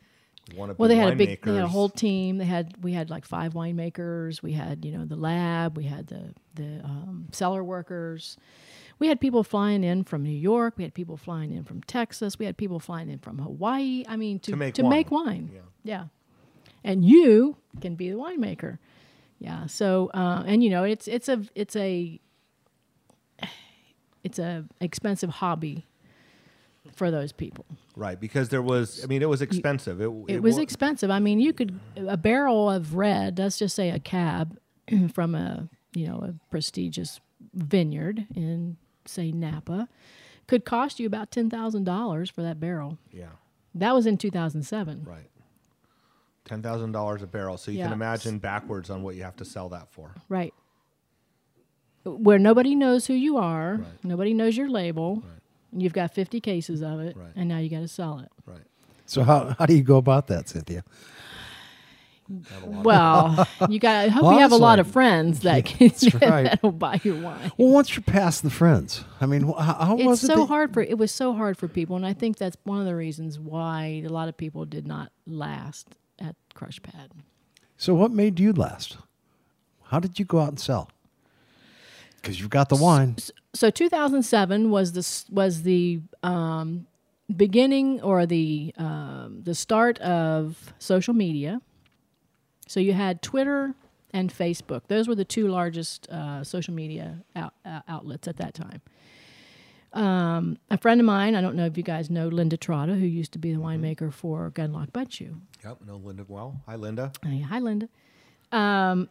S4: one
S5: Mm-hmm. Well, they had a big, they had a whole team. They had we had like five winemakers. We had you know the lab. We had the the um, cellar workers. We had people flying in from New York. We had people flying in from Texas. We had people flying in from Hawaii. I mean, to,
S4: To make
S5: to
S4: wine.
S5: make wine. Yeah. and you can be the winemaker. Yeah. So uh, and you know it's it's a it's a it's a expensive hobby for those people.
S4: Right. Because there was, I mean, it was expensive. It,
S5: It, was
S4: wa-
S5: expensive. I mean, you could a barrel of red. Let's just say a cab from a you know a prestigious vineyard in say Napa could cost you about ten thousand dollars for that barrel.
S4: Yeah.
S5: That was in two thousand seven.
S4: Right. Ten thousand dollars a barrel. So you
S5: Yeah.
S4: can imagine backwards on what you have to sell that for.
S5: Right. Where nobody knows who you are, nobody knows your label. and You've got fifty cases of it,
S4: Right.
S5: and now you got to sell it.
S4: Right.
S3: So how, how do you go about that, Cynthia?
S5: Well, you got. I hope you have a lot of
S3: Honestly.
S5: friends that can
S3: right.
S5: that'll buy your wine.
S3: Well, once you're past the friends, I mean, wh- how, how
S5: it's
S3: was it?
S5: so
S3: that-
S5: hard for it was so hard for people and i think that's one of the reasons why a lot of people did not last at crush pad
S3: So what made you last? How did you go out and sell? Because you've got the wine.
S5: so 2007 was the s- was the um, beginning or the um, the start of social media So you had Twitter and Facebook. Those were the two largest uh, social media out, uh, outlets at that time. Um, a friend of mine, I don't know if you guys know Linda Trotta, who used to be the winemaker for Gunlock Bud Shoe.
S4: Yep, no Linda. Well, hi Linda.
S5: Hey, hi, Linda. Um,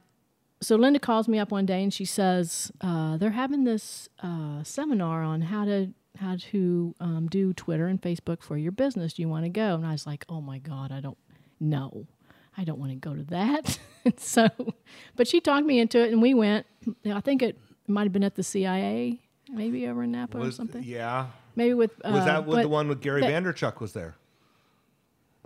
S5: so Linda calls me up one day and she says uh, they're having this uh, seminar on how to how to um, do Twitter and Facebook for your business. Do you want to go? And I was like, oh my god, I don't know. I don't want to go to that. And so, but she talked me into it, and we went. I think it might have been at the CIA, maybe over in Napa or
S4: Was-
S5: something.
S4: Yeah.
S5: Maybe with
S4: Was
S5: uh,
S4: that with the
S5: but
S4: one with Gary
S5: that-
S4: Vanderchuck was there?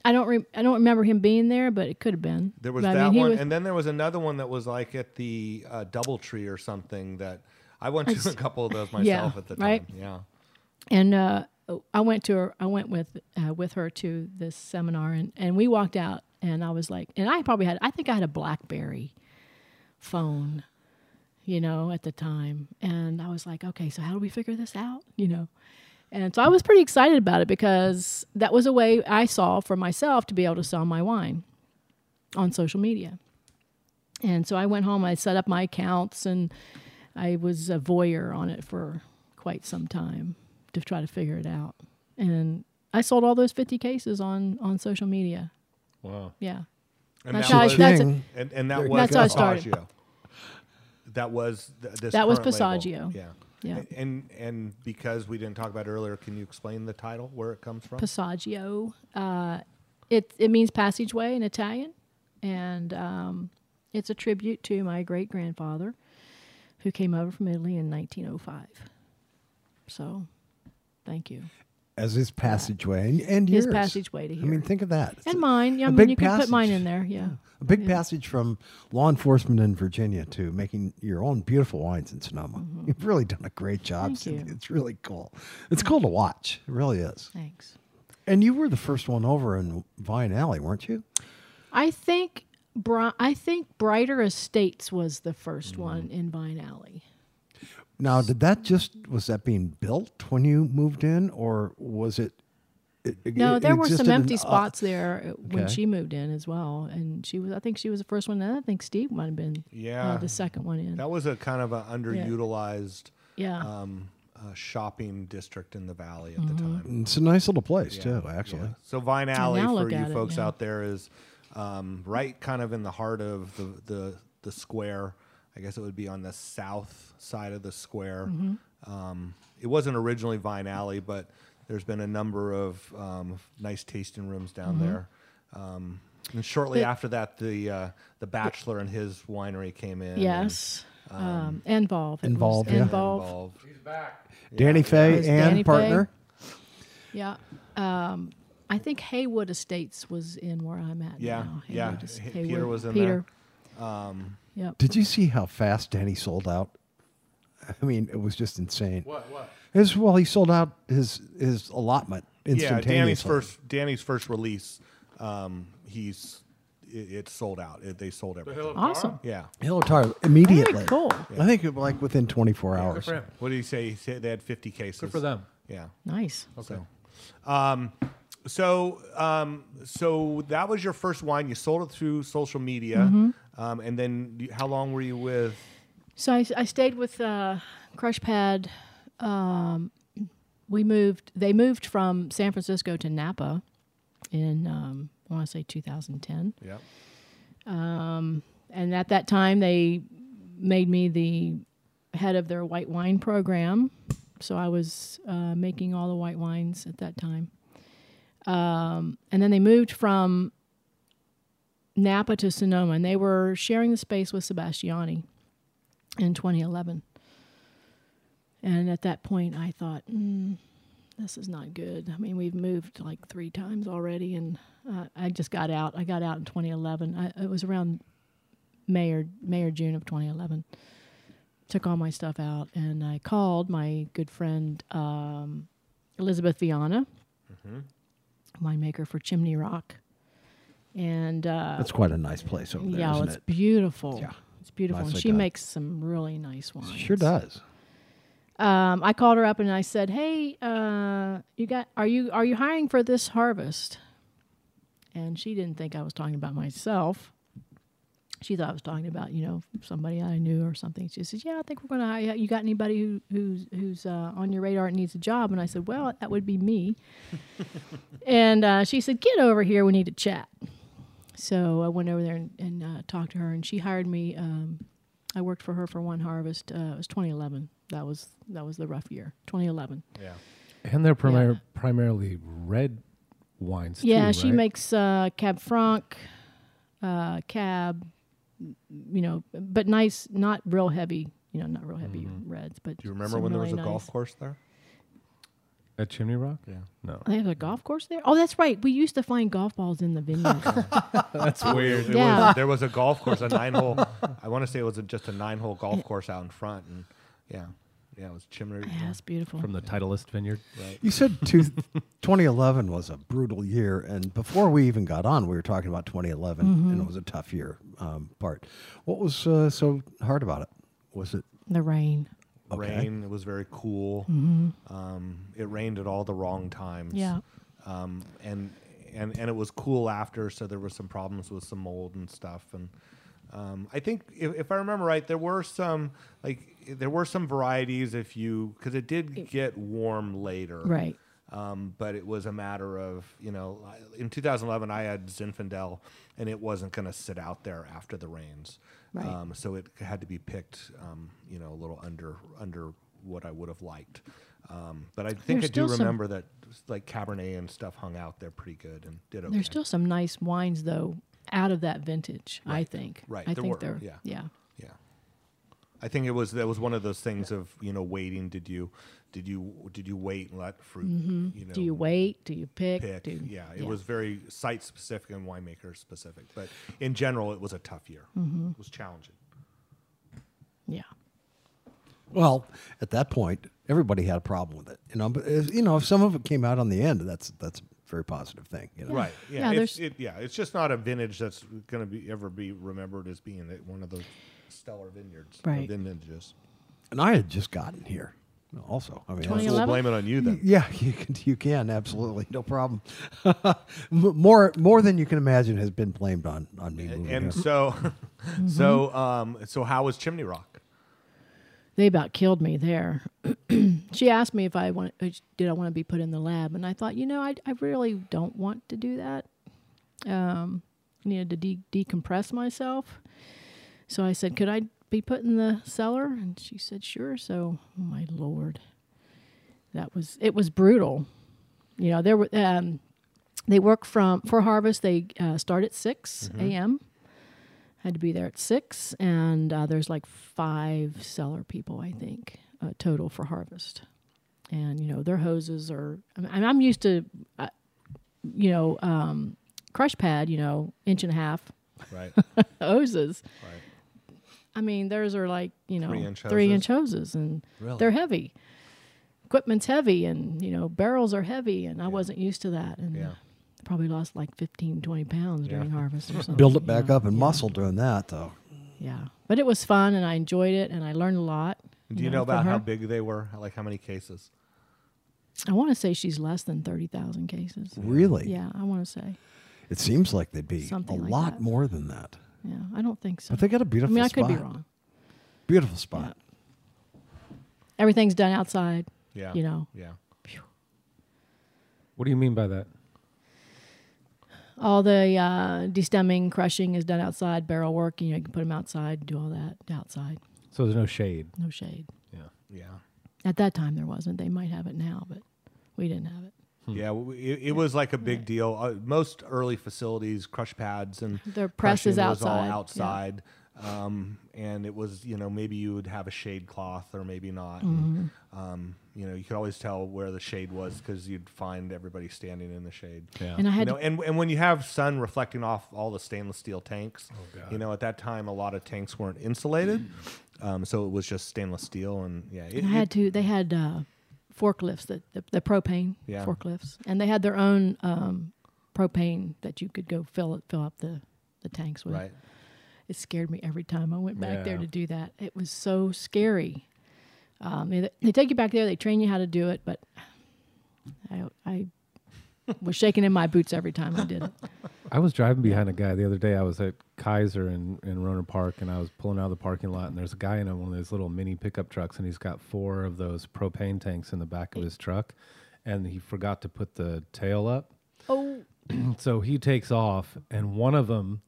S5: I don't re- I don't remember him being there, but it could have been.
S4: There was
S5: But I mean,
S4: that
S5: he
S4: one,
S5: was-
S4: and then there was another one that was like at the uh, DoubleTree or something that I went to a couple of those myself at the time.
S5: right?
S4: Yeah.
S5: and uh, I went to her. I went with uh, with her to this seminar, and and we walked out, and I was like, and I probably had, I think I had a BlackBerry phone, you know, at the time, and I was like, okay, so how do we figure this out, you know? And so I was pretty excited about it because that was a way I saw for myself to be able to sell my wine on social media. And so I went home, I set up my accounts, and I was a voyeur on it for quite some time to try to figure it out. And I sold all those 50 cases on, on social media.
S6: Wow.
S5: Yeah.
S4: And
S5: That's
S4: that
S5: how I-
S4: was,
S5: that's-
S3: Ching.
S4: and, and that
S3: There
S5: you
S4: was
S5: go. That's how I started.
S4: Passaggio. That was th- this
S5: That was
S4: current label.
S5: Passaggio.
S4: Yeah.
S5: Yeah.
S3: um,
S4: A- And and because we didn't talk about it earlier, can you explain the title where it comes from?
S5: Passaggio. Uh, it, it means passageway in Italian. And um, it's a tribute to my great grandfather who came over from Italy in 1905. So thank you.
S3: as his passageway and, and
S5: His
S3: yours.
S5: passageway to
S3: I mean,
S5: here.
S3: think of that. It's
S5: And
S3: a-
S5: mine. Yeah,
S3: a
S5: I mean,
S3: big
S5: you can put
S3: passage.
S5: mine in there. Yeah.
S3: A big passage from law enforcement in Virginia to making your own beautiful wines in Sonoma. You've really done a great job.
S5: Mm-hmm. Thank
S3: Cynthia.
S5: you.
S3: It's really cool. It's cool to watch. It really is.
S5: Thanks.
S3: And you were the first one over in Vine Alley, weren't you?
S5: I think Bri- I think Brighter Estates was the first
S4: Mm-hmm.
S5: one in Vine Alley.
S3: Now, did that just was that being built when you moved in, or was it? it- it-
S5: No,
S3: it
S5: there were
S3: existed
S5: some
S3: in o-
S5: empty
S4: uh,
S5: spots there uh, when
S6: Okay.
S5: she moved in as well, and she was I think she was the first one, and I think Steve might have been
S4: Yeah.
S5: uh, the second one in.
S4: That was a kind of an underutilized
S5: yeah,
S4: um, uh, shopping district in the valley at the
S5: Mm-hmm.
S4: time.
S3: It's a nice little place too, actually.
S4: Yeah. So Vine Alley
S5: now
S4: for
S5: look
S4: you
S5: at it,
S4: folks
S5: yeah.
S4: out there is um, right kind of in the heart of the, the the square. I guess it would be on the south side of the square.
S5: Mm-hmm.
S4: Um, it wasn't originally Vine Alley, but there's been a number of um, nice tasting rooms down
S5: Mm-hmm.
S4: there. Um, and shortly after that, the uh, the Bachelor and his winery came in. and-
S5: yes, um, involved,
S3: Involve, yeah.
S5: yeah.
S4: and
S5: involved,
S4: involved.
S3: Danny Fay
S5: There's
S3: and
S5: Danny Fay.
S3: partner.
S5: yeah. Um, I think Haywood Estates was in where I'm at.
S4: Yeah,
S5: now.
S4: yeah.
S5: Haywood is-
S4: H- Peter was in Um,
S5: Peter. yep.
S3: Did you see how fast Danny sold out? I mean, it was just insane. What? What? As well, he sold out his his allotment
S4: Yeah,
S3: instantaneously.
S4: Danny's first Danny's first release. Um, he's it, it sold out. It, they sold everything.
S5: Awesome.
S4: Yeah.
S3: He'll retire immediately.
S5: Very cool.
S3: I think it like within 24
S6: Good
S3: hours.
S6: for him.
S4: What did he say? He said they had 50 cases.
S6: Good for them.
S4: Yeah. um,
S5: Nice.
S6: Okay.
S4: So, um, so that was your first wine. You sold it through social media,
S5: Mm-hmm.
S4: um, and then you, how long were you with?
S5: So I, I stayed with uh, Crush Pad. Um, we moved. They moved from San Francisco to Napa in um, I want to say 2010.
S4: Yeah.
S5: And at that time, they made me the head of their white wine program. So I was uh, making all the white wines at that time. Um, and then they moved from Napa to Sonoma, and they were sharing the space with Sebastiani in 2011. And at that point, I thought, mm, this is not good. I mean, we've moved like three times already, and uh, I just got out. I got out in 2011. I, it was around May or May or June of 2011. Took all my stuff out, and I called my good friend um, Elizabeth Viana, winemaker for Chimney Rock, and uh,
S3: That's quite a nice place over there,
S5: yeah, well,
S3: isn't
S5: it's
S3: it?
S5: beautiful.
S3: Yeah.
S5: It's beautiful,
S3: Nicely
S5: and she
S3: done.
S5: makes some really nice wines.
S3: Sure does.
S5: Um, I called her up and I said, "Hey, uh, you got are you are you hiring for this harvest?" And she didn't think I was talking about myself, she thought I was talking about you know somebody I knew or something. She says, "Yeah, I think we're going to hire you. You got anybody who, who's who's uh, on your radar and needs a job?" And I said, "Well, that would be me." and uh, she said, "Get over here. We need to chat." So I went over there and, and uh, talked to her, and she hired me. Um, I worked for her for one harvest. Uh, it was 2011. That was that was the rough year, 2011.
S6: And they're primar- primarily red wines.
S5: Yeah,
S6: too,
S5: she
S6: right?
S5: makes uh, cab franc, uh, cab, m- you know, but nice, not real heavy, you know, not real heavy reds. But
S4: Mm-hmm. Do you remember when there was a golf course there?
S6: at Chimney Rock. Yeah, no,
S5: They have a golf course there. Oh, that's right. We used to find golf balls in the vineyard.
S6: that's weird.
S4: It
S5: Yeah.
S4: was, there was a golf course, a nine hole. I want to say it was a, just a nine hole golf course out in front, and yeah, yeah, it was chimney.
S5: yeah, it's beautiful.
S6: From the Titleist Vineyard.
S3: You said two, 2011 was a brutal year, and before we even got on, we were talking about 2011, and
S5: Mm-hmm.
S3: it was a tough year. Um, part. What was uh, so hard about it? Was it
S5: the rain.
S4: Rain. It was very cool. Um, it rained at all the wrong times.
S5: Mm-hmm. Yeah.
S4: Um, and and and it was cool after, so there were some problems with some mold and stuff. And um, I think if, if I remember right, there were some like there were some varieties if you because it did get warm later.
S5: Right.
S4: Um, but it was a matter of, you know, I- in 2011, I had Zinfandel and it wasn't going to sit out there after the rains.
S5: Right.
S4: Um, so it had to be picked, um, you know, a little under under what I would have liked. Um, but I think
S5: There's
S4: I do
S5: still some-
S4: remember that like Cabernet and stuff hung out there pretty good and did okay.
S5: There's still some nice wines though out of that vintage. I think.
S4: Right,
S5: I
S4: there
S5: think
S4: were,
S5: they're.
S4: yeah.
S5: Yeah.
S4: Yeah. I think it was that was one of those things of you know waiting. Did you did you did you wait and let fruit you know
S5: Mm-hmm. Do you wait? Do you pick?
S4: pick.
S5: Do,
S4: yeah, it was very site specific and winemaker specific, but in general, it was a tough year.
S5: Mm-hmm.
S4: It was challenging.
S5: Yeah.
S3: Well, at that point, everybody had a problem with it, you know. But if, you know, if some of it came out on the end, that's that's a very positive thing, you know.
S4: Right.
S5: Yeah,
S4: Yeah. it's,
S5: there's-
S4: it, yeah. It's just not a vintage that's going to be ever be remembered as being a- one of those stellar vineyards. or
S5: Right.
S4: Vintages.
S3: And I had just gotten here, also. I mean, I was-
S4: So we'll
S5: 11?
S4: blame it on you then.
S3: yeah, you can you can absolutely no problem. M- more more than you can imagine has been blamed on on me. moving
S4: And
S3: here.
S4: so,
S5: Mm-hmm.
S4: so, um, so how was Chimney Rock?
S5: they about killed me there. she asked me if I want, uh, did I want to be put in the lab, and I thought, you know, I, I really don't want to do that. Um, I needed to de- decompress myself, so I said, could I be put in the cellar? And she said, sure. So, oh my lord, that was it was brutal. You know, there were um, they work from for harvest. They uh, start at 6 a.m. Had to be there at six, and uh, there's like five cellar people, I think, uh, total for harvest. And you know their hoses are. I mean, I'm- I'm used to, uh, you know, um, crush pad, you know, inch and a half
S4: Right.
S5: hoses. I mean, theirs are like you know three
S4: Three-inch
S5: inch, hoses, and they're heavy. Equipment's heavy, and you know barrels are heavy, and I wasn't used to that, and
S4: Yeah.
S5: probably lost like 15, 20 pounds during harvest or something.
S3: build
S5: you
S3: it back
S5: know.
S3: up and muscle doing that though.
S5: Yeah, but it was fun, and I enjoyed it, and I learned a lot.
S4: Do you know
S5: from
S4: about how
S5: her.
S4: big they were? Like how many cases?
S5: I want to say she's less than thirty thousand cases.
S3: Really,
S5: Yeah, I want to say.
S3: It seems like they'd be
S5: Something
S3: a
S5: like
S3: lot
S5: that.
S3: more than that.
S5: Yeah, I don't think so.
S3: But they got a
S5: I
S3: beautiful.
S5: mean, I
S3: spot.
S5: could be wrong.
S3: Beautiful spot.
S5: Everything's done outside.
S4: Yeah.
S5: You know,
S4: Yeah.
S6: What do you mean by that?
S5: all the uh, destemming, crushing is done outside. Barrel work, you know, you can put them outside, do all that outside.
S6: So there's no shade.
S5: No shade.
S6: Yeah.
S4: Yeah.
S5: At that time, there wasn't. They might have it now, but we didn't have it.
S4: Yeah, w- it, it was like a big deal. Uh, most early facilities, crush pads, and
S5: Their press is
S4: crushing was
S5: outside,
S4: all
S5: yeah.
S4: outside. Um, and it was, you know, maybe you would have a shade cloth or maybe not.
S5: Mm-hmm.
S4: And, um, you know, you could always tell where the shade was because you'd find everybody standing in the shade. Yeah.
S5: And I had
S4: you know,
S5: to-
S4: and, and when you have sun reflecting off all the stainless steel tanks, you know, at that time a lot of tanks weren't insulated, um, so it was just stainless steel, and yeah, it,
S5: I
S4: it-
S5: had to. They had uh, forklifts that the, the propane
S4: Yeah.
S5: forklifts, and they had their own um, propane that you could go fill it, fill up the the tanks with.
S4: right.
S5: It scared me every time I went back there
S6: Yeah.
S5: to do that. It was so scary. Um, they, they take you back there, they train you how to do it, but I, I was shaking in my boots every time I did it.
S6: I was driving behind a guy the other day. I was at Kaiser in, in Roner Park and I was pulling out of the parking lot and there's a guy in a- one of those little mini pickup trucks and he's got four of those propane tanks in the back of his truck and he forgot to put the tail up.
S5: Oh,
S6: So he takes off and one of them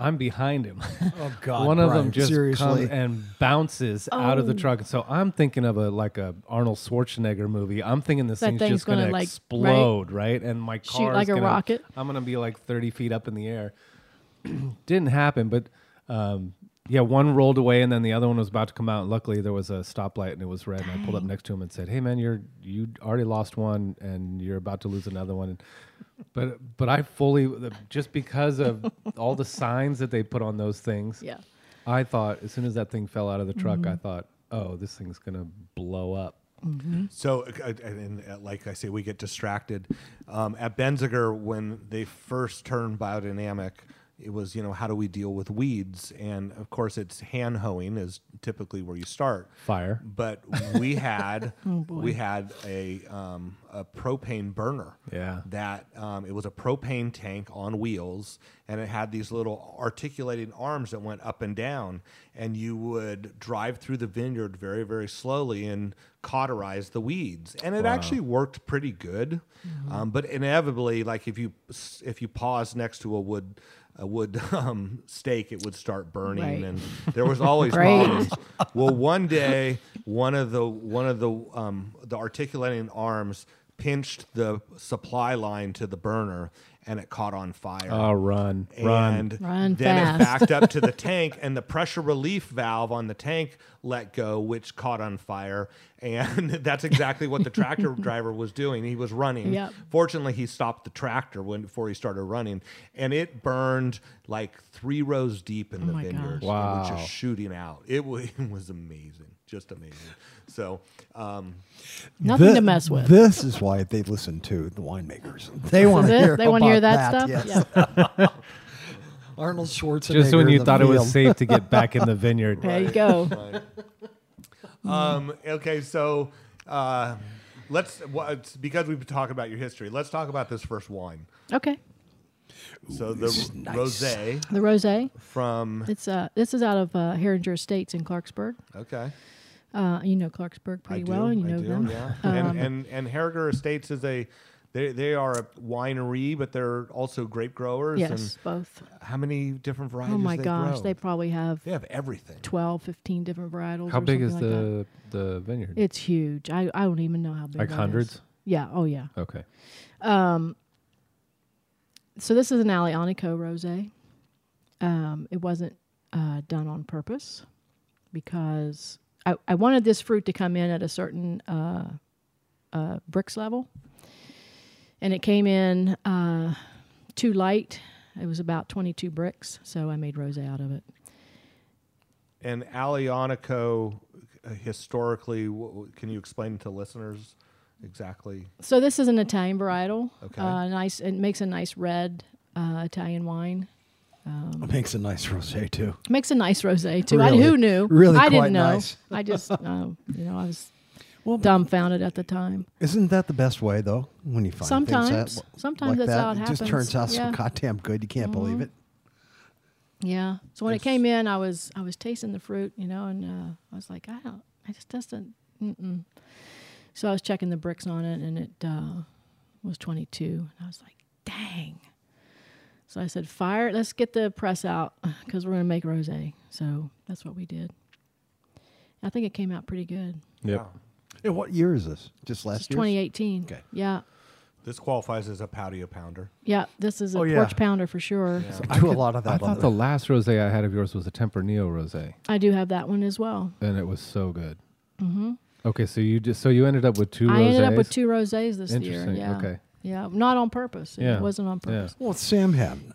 S6: I'm behind him.
S3: Oh God,
S6: one of
S3: Brian,
S6: them just
S3: seriously.
S6: comes and bounces out of
S5: Oh.
S6: the truck. So I'm thinking of a like a Arnold Schwarzenegger movie. I'm thinking this
S5: That
S6: thing's,
S5: thing's
S6: just going
S5: gonna,
S6: to
S5: like,
S6: explode, right? And my
S5: Shoot
S6: car's
S5: like a
S6: gonna-
S5: rocket.
S6: I'm going to be like 30 feet up in the air. Didn't happen, but um, yeah, one rolled away and then the other one was about to come out. And luckily, there was a stoplight and it was red. And I pulled up next to him and said, "Hey, man, you're you already lost one and you're about to lose another one." And, but but I fully just because of all the signs that they put on those things.
S5: yeah. Mm-hmm.
S6: I thought as soon as that thing fell out of the truck, I thought, oh, this thing's gonna blow up.
S4: So, uh, uh, and, uh, like I say, we get distracted. Um, at Benziger, when they first turned biodynamic, it was, you know, how do we deal with weeds? And of course, it's hand hoeing is typically where you start.
S6: Fire.
S4: But we had
S5: Oh,
S4: we had a um, a propane burner.
S6: Yeah.
S4: That um, it was a propane tank on wheels, and it had these little articulating arms that went up and down, and you would drive through the vineyard very very slowly and cauterize the weeds, and it actually worked pretty good.
S5: Mm-hmm.
S4: Um, but inevitably, like if you if you paused next to a wood a wood um, stake, it would start burning,
S5: Right.
S4: and there was always
S5: Right.
S4: problems. Well, one day, one of the one of the um, the articulating arms pinched the supply line to the burner, and it caught on fire.
S6: Oh, run, run.
S4: and
S5: Run
S4: then it
S5: fast.
S4: backed up to the tank, and the pressure relief valve on the tank let go, which caught on fire. And that's exactly what the tractor driver was doing. He was running.
S5: Yep.
S4: Fortunately, he stopped the tractor when before he started running, and it burned like three rows deep in the
S5: Oh my gosh.
S4: vineyard. It was
S6: Wow.
S4: just shooting out. It was, it was amazing, just amazing. So, um,
S5: Nothing
S3: Thi-
S5: to mess with.
S3: This is why they listen to the winemakers. They want to
S5: Is it?
S3: hear.
S5: they want to hear
S3: about
S5: that, stuff.
S3: yes. Arnold Schwarzenegger.
S6: Just when you
S3: the
S6: thought it
S3: film.
S6: was safe to get back in the vineyard.
S5: Yeah. There you go. Hmm.
S4: um, okay, so uh, let's wha- it's because we've been talking about your history. Let's talk about this first wine.
S5: Okay.
S4: So the r- rosé
S5: The rosé.
S4: from
S5: It's uh this is out of uh, Herringer Estates in Clarksburg.
S4: okay,
S5: Uh, you know Clarksburg
S4: I
S5: pretty
S4: do,
S5: well, and you
S4: I
S5: know
S4: do,
S5: them. Um,
S4: yeah. and and and Herriger Estates is a they they are a winery, but they're also grape growers.
S5: Yes, both.
S4: And how many different varieties?
S5: Oh my
S4: they
S5: gosh,
S4: grow?
S5: they probably have
S4: they have everything.
S5: 12, 15 different varietals.
S6: How
S5: or
S6: big is
S5: something like that.
S6: the the vineyard?
S5: It's huge. I, I don't even know how big.
S6: Like
S5: that is.
S6: hundreds?
S5: Yeah. Oh yeah.
S6: okay.
S5: So this is an Alianico rosé. Um, it wasn't uh, done on purpose because I, I wanted this fruit to come in at a certain uh, uh, bricks level, and it came in uh, too light. It was about 22 bricks, so I made rosé out of it.
S4: And Alianico, uh, historically, wh- wh- can you explain to listeners exactly?
S5: So this is an Italian varietal.
S4: Okay.
S5: Uh, nice. It makes a nice red uh, Italian wine.
S3: It makes a nice rosé too.
S5: Makes a nice rosé too.
S3: Really-
S5: I, who knew?
S3: really quite
S5: I didn't know.
S3: nice.
S5: I just, uh, you know, I was
S3: Well,
S5: dumbfounded at the time.
S3: Isn't that the best way though? When you find things that-
S5: Sometimes. Sometimes
S3: like
S5: that's
S3: that,
S5: how it
S3: Just
S5: happens.
S3: turns out so
S5: Yeah. Mm-hmm.
S3: goddamn good. You can't believe it.
S5: Yeah. So when it came in, I was I was tasting the fruit, you know, and uh, I was like, I don't, I just doesn't. Mm-mm. So I was checking the bricks on it, and it uh, was 22, and I was like, dang. So I said, fire. Let's get the press out because we're gonna make rosé. So that's what we did. I think it came out pretty good.
S6: Yep.
S3: And what year is this? Just
S5: It's
S3: last year.
S5: 2018.
S3: Okay.
S5: Yeah.
S4: This qualifies as a patio pounder.
S5: Yeah. This is a
S3: Oh, yeah.
S5: porch pounder for sure.
S3: I do a lot of
S6: I
S3: that. on
S6: thought the last rosé I had of yours was a Tempranillo rosé,
S5: I do have that one as well.
S6: and it was so good. Mm-hmm. Okay, so you just so you ended up with two.
S5: I ended up with
S6: rosés?
S5: two rosés this year.
S6: Interesting,
S5: Yeah.
S6: okay.
S5: Yeah, not on purpose.
S6: Yeah,
S5: It wasn't on
S6: yeah.
S5: purpose.
S3: Well, it's Sam having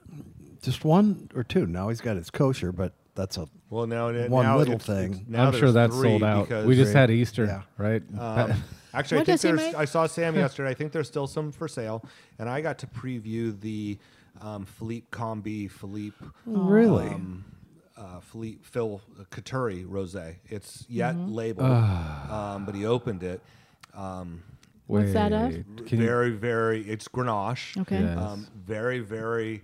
S3: just one or two. Now he's got his kosher, but that's a
S4: Well, now it-
S3: One
S4: now
S3: little
S4: it's-
S3: thing.
S4: it's- now
S6: I'm sure
S4: there's
S6: that's
S4: three
S6: sold out.
S4: because- Um,
S6: We just
S3: Three.
S6: had Easter,
S3: Yeah.
S6: right?
S4: Actually,
S5: What
S4: I think
S5: does he
S4: there's.
S5: make?
S4: I saw Sam yesterday. I think there's still some for sale, and I got to preview the um, Philippe Combi Philippe
S5: Hmm.
S3: really.
S4: uh, Philippe Phil
S5: Mm-hmm. Ah.
S4: Katuri rosé. It's yet labeled, um, but he opened it. Um,
S5: What's that of?
S6: Wait, can you-
S4: very, very. It's Grenache.
S5: Okay.
S6: Yes.
S4: Um, very, very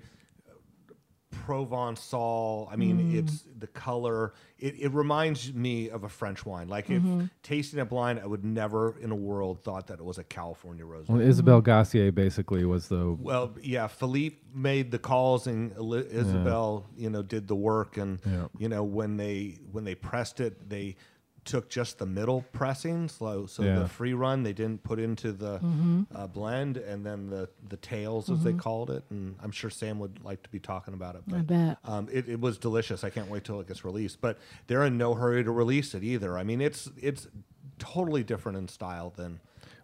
S4: Provençal. I
S5: Mm.
S4: mean, it's the color. It, it reminds me of a French wine. Like
S5: Mm-hmm.
S4: if tasting it blind, I would never in a world thought that it was a California rose.
S6: well, Isabel Gassier basically was the
S4: Well, yeah, Philippe made the calls and Eli- Isabel, you know, did the work and
S6: Yeah.
S4: you know when they when they pressed it, they took just the middle pressing, so so
S6: Yeah.
S4: the free run they didn't put into the
S5: Mm-hmm.
S4: uh, blend and then the the tails as they called it and I'm sure Sam would like to be talking about it. But,
S5: bet.
S4: Um, it, it was delicious. I can't wait till it gets released, but they're in no hurry to release it either. I mean, it's it's totally different in style than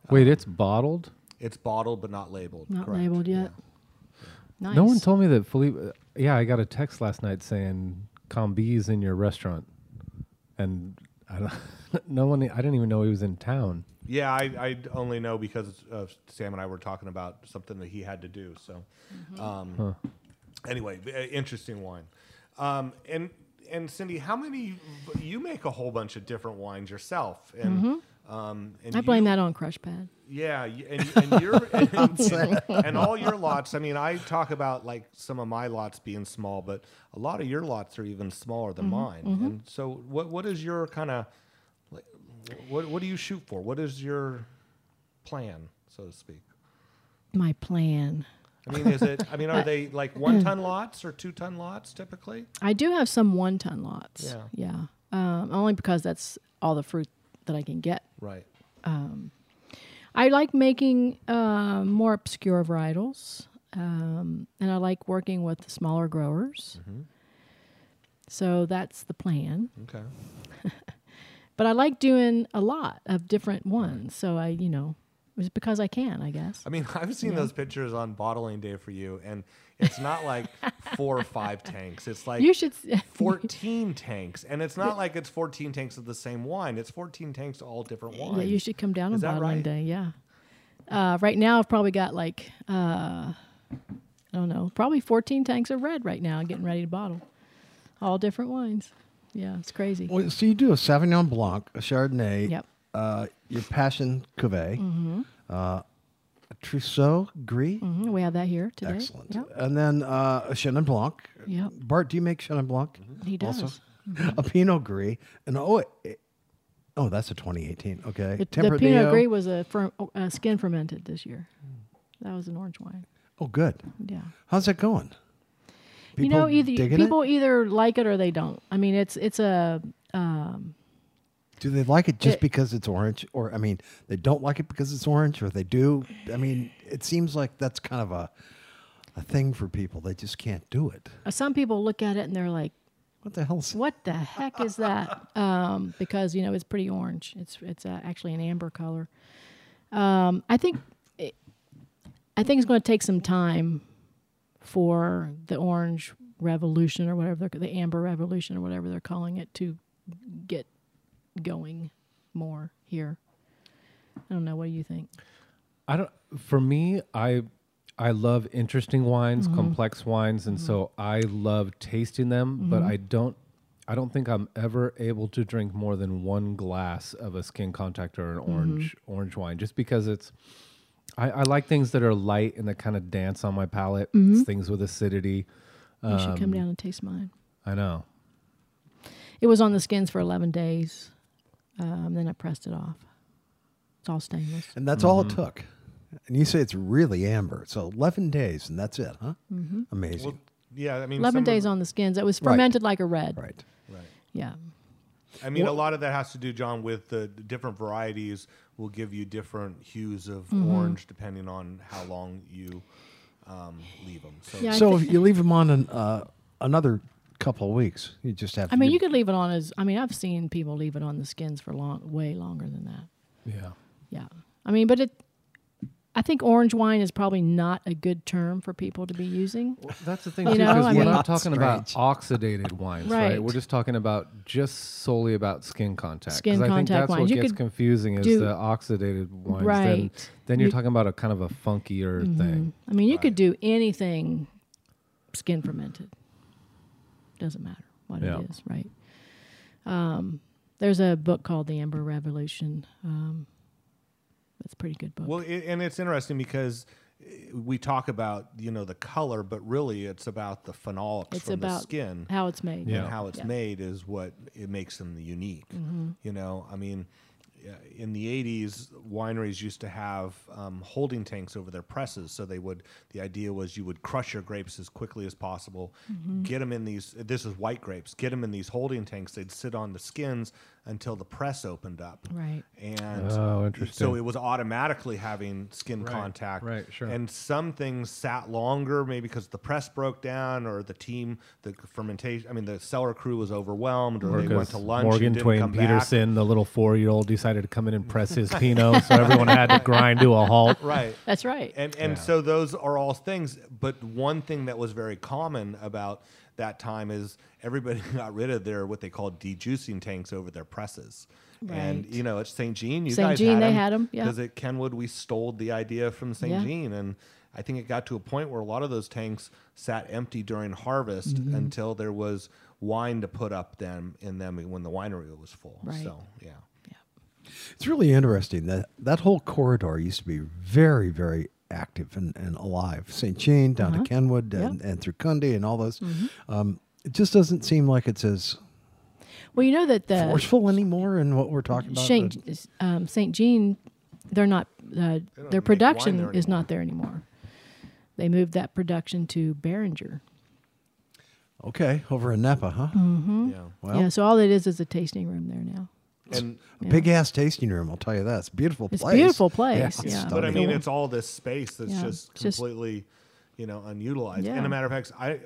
S6: wait. It's bottled.
S4: it's bottled but not labeled.
S5: Not
S4: correct.
S5: labeled
S4: Yeah.
S5: yet. Nice.
S6: No one told me that Philippe. uh, Yeah, I got a text last night saying Combi's in your restaurant, and I don't, no one. I didn't even know he was in town.
S4: Yeah, I, I only know because uh, Sam and I were talking about something that he had to do. So,
S5: Mm-hmm.
S4: um, anyway, v- uh, interesting wine. Um, and and Cindy, how many you make a whole bunch of different wines yourself? And um, and
S5: Mm-hmm. I blame that on Crush Pad.
S4: Yeah, y- and and your and, and, and all your lots. I mean, I talk about like some of my lots being small, but a lot of your lots are even smaller than mine. And so, what what is your kind of like, what what do you shoot for? What is your plan, so to speak?
S5: My plan.
S4: I mean, is it? I mean, are they like one ton lots or two ton lots typically?
S5: I do have some one ton lots.
S4: Yeah.
S5: Um, only because that's all the fruit that I can get.
S4: Right.
S5: I like making uh, more obscure varietals, um, and I like working with smaller growers.
S4: Mm-hmm.
S5: So that's the plan.
S4: Okay.
S5: But I like doing a lot of different ones. So I, you know, it's because I can, I guess.
S4: I mean, I've seen those pictures on bottling day for you, and it's not like four or five tanks. It's like
S5: You should s-
S4: 14 tanks. And it's not like it's 14 tanks of the same wine, it's 14 tanks of all different wines.
S5: Yeah, you should come down
S4: Is
S5: on
S4: that
S5: bottling
S4: right?
S5: day. Yeah. Uh, right now, I've probably got like uh, I don't know, probably 14 tanks of red right now, getting ready to bottle, all different wines. Yeah, it's crazy.
S3: Well, so you do a Sauvignon Blanc, a Chardonnay,
S5: Yep. Mm-hmm.
S3: uh, your Passion Cuvée, uh, a Trousseau Gris,
S5: Mhm, We have that here today.
S3: excellent,
S5: Yep.
S3: and then uh, a Chenin Blanc.
S5: Yep.
S3: Bart, do you make Chenin Blanc? Mm-hmm.
S5: He does. Mm-hmm.
S3: Also? A Pinot Gris, and oh, it- oh, that's a 2018. Okay,
S5: The, the
S3: Tempranillo.
S5: Pinot Gris was a, fer- uh, skin fermented this year. That was an orange wine.
S3: Oh, good.
S5: Yeah.
S3: How's that going?
S5: you know,
S3: People
S5: either
S3: digging it?
S5: people either like it or they don't. I mean, it's it's a
S3: Do they like it just
S5: It-
S3: because it's orange, or I mean, they don't like it because it's orange, or they do? I mean, it seems like that's kind of a a thing for people. They just can't do it.
S5: uh, some people look at it and they're like,
S3: What the hell's
S5: what the heck is that? Um, because you know it's pretty orange. It's it's uh, actually an amber color. Um, I think it, I think it's going to take some time for the orange revolution or whatever they're, the amber revolution or whatever they're calling it to get going more here. I don't know. What do you think?
S6: I don't. For me, I I love interesting wines, complex wines, and so I love tasting them. But I don't. I don't think I'm ever able to drink more than one glass of a skin contact or an orange orange wine, just because it's. I, I like things that are light and that kind of dance on my palate. It's things with acidity.
S5: You should come down and taste mine.
S6: I know.
S5: It was on the skins for eleven days. Um, then I pressed it off. It's all stainless.
S3: And that's all it took. And you say it's really amber. So 11 days, and that's it, huh? Mm-hmm. Amazing.
S4: Well, yeah, I mean, some
S5: Eleven
S4: of-
S5: days on the skins. It was
S3: Right.
S5: fermented like a red.
S3: right.
S5: Yeah.
S4: I mean, a lot of that has to do, John, with the the different varieties will give you different hues of
S5: Mm-hmm.
S4: orange depending on how long you um, leave them. So
S5: Yeah. I
S3: so if you leave them on an, uh, another couple of weeks, you just have
S5: I
S3: to
S5: mean, you
S3: give-
S5: could leave it on as. I mean, I've seen people leave it on the skins for long, way longer than that.
S6: Yeah.
S5: Yeah. I mean, but it. I think orange wine is probably not a good term for people to be using.
S6: Well, that's the thing
S5: You
S6: too,
S5: know,
S6: because
S5: I
S6: we're
S5: mean-
S6: not talking about
S3: Strange.
S6: oxidated wines, right.
S5: Right.
S6: We're just talking about just solely about skin contact. 'cause
S5: Skin
S6: I think
S5: contact
S6: that's what
S5: wines. You
S6: gets
S5: could
S6: confusing is
S5: do-
S6: the oxidated wines. Then,
S5: Right.
S6: then you're
S5: You- Mm-hmm.
S6: talking about a kind of a funkier thing.
S5: I mean, you could do anything skin fermented. Doesn't matter what
S6: Yeah.
S5: it is, right? Um, there's a book called The Amber Revolution. Um, That's a pretty good book.
S4: Well, it, and it's interesting because eh, we talk about you know the color, but really it's about the phenolics
S5: it's
S4: from
S5: about
S4: the skin
S5: how it's made.
S4: and how it's
S5: Yeah. Mm-hmm.
S4: made is what it makes them unique. You know, I mean, yeah, in the 80s, wineries used to have um, holding tanks over their presses, so they would. The idea was you would crush your grapes as quickly as possible,
S5: Mm-hmm.
S4: get them in these. This is white grapes. Get them in these holding tanks. They'd sit on the skins until the press opened up.
S5: Right.
S4: And
S6: Oh,
S4: So
S6: interesting.
S4: it was automatically having skin contact.
S6: right, sure.
S4: And some things sat longer, maybe because the press broke down or the team, the fermentation. I mean, the cellar crew was overwhelmed, or, they went to lunch. and
S6: Morgan
S4: didn't
S6: Twain
S4: come back.
S6: Peterson, the little four-year-old, decided to come in and press his Pinot, so everyone had to grind to a halt.
S4: Right.
S5: That's right.
S4: And and so those are all things. But one thing that was very common about that time is everybody got rid of their what they called dejuicing tanks over their presses. And
S5: Right.
S4: you know, it's St. Jean. You
S5: St.
S4: guys
S5: Jean,
S4: had
S5: they
S4: 'em,
S5: had 'em, yeah.
S4: Because at Kenwood, we stole the idea from St.
S5: Yeah.
S4: Jean, and I think it got to a point where a lot of those tanks sat empty during harvest
S5: Mm-hmm.
S4: until there was wine to put up them in them when the winery was full.
S5: Right.
S4: So yeah.
S3: It's really interesting that that whole corridor used to be very, very active and, and alive. St. Jean down
S4: Uh-huh.
S3: to Kenwood and, and through Cundy and all those.
S4: Mm-hmm.
S3: Um, it just doesn't seem like it's as
S5: well, you know that the
S3: forceful anymore in what we're talking about.
S5: Saint um, Saint Jean, they're not uh, their
S4: make wine
S5: production
S4: there
S5: is not there anymore. They moved that production to Behringer.
S3: Okay, over in Napa, huh?
S4: Mm, Yeah.
S3: Well-
S5: yeah, so all it is is a tasting room there now.
S4: And
S3: A big ass tasting room, I'll tell you that. It's a beautiful
S5: It's a
S3: place.
S5: beautiful place,
S3: it's
S5: yeah.
S3: stunning.
S4: But I mean,
S5: Cool.
S4: it's all this space that's
S5: Yeah,
S4: just
S5: it's just-
S4: completely, you know, unutilized. And
S5: Yeah.
S4: a matter of fact, I, I,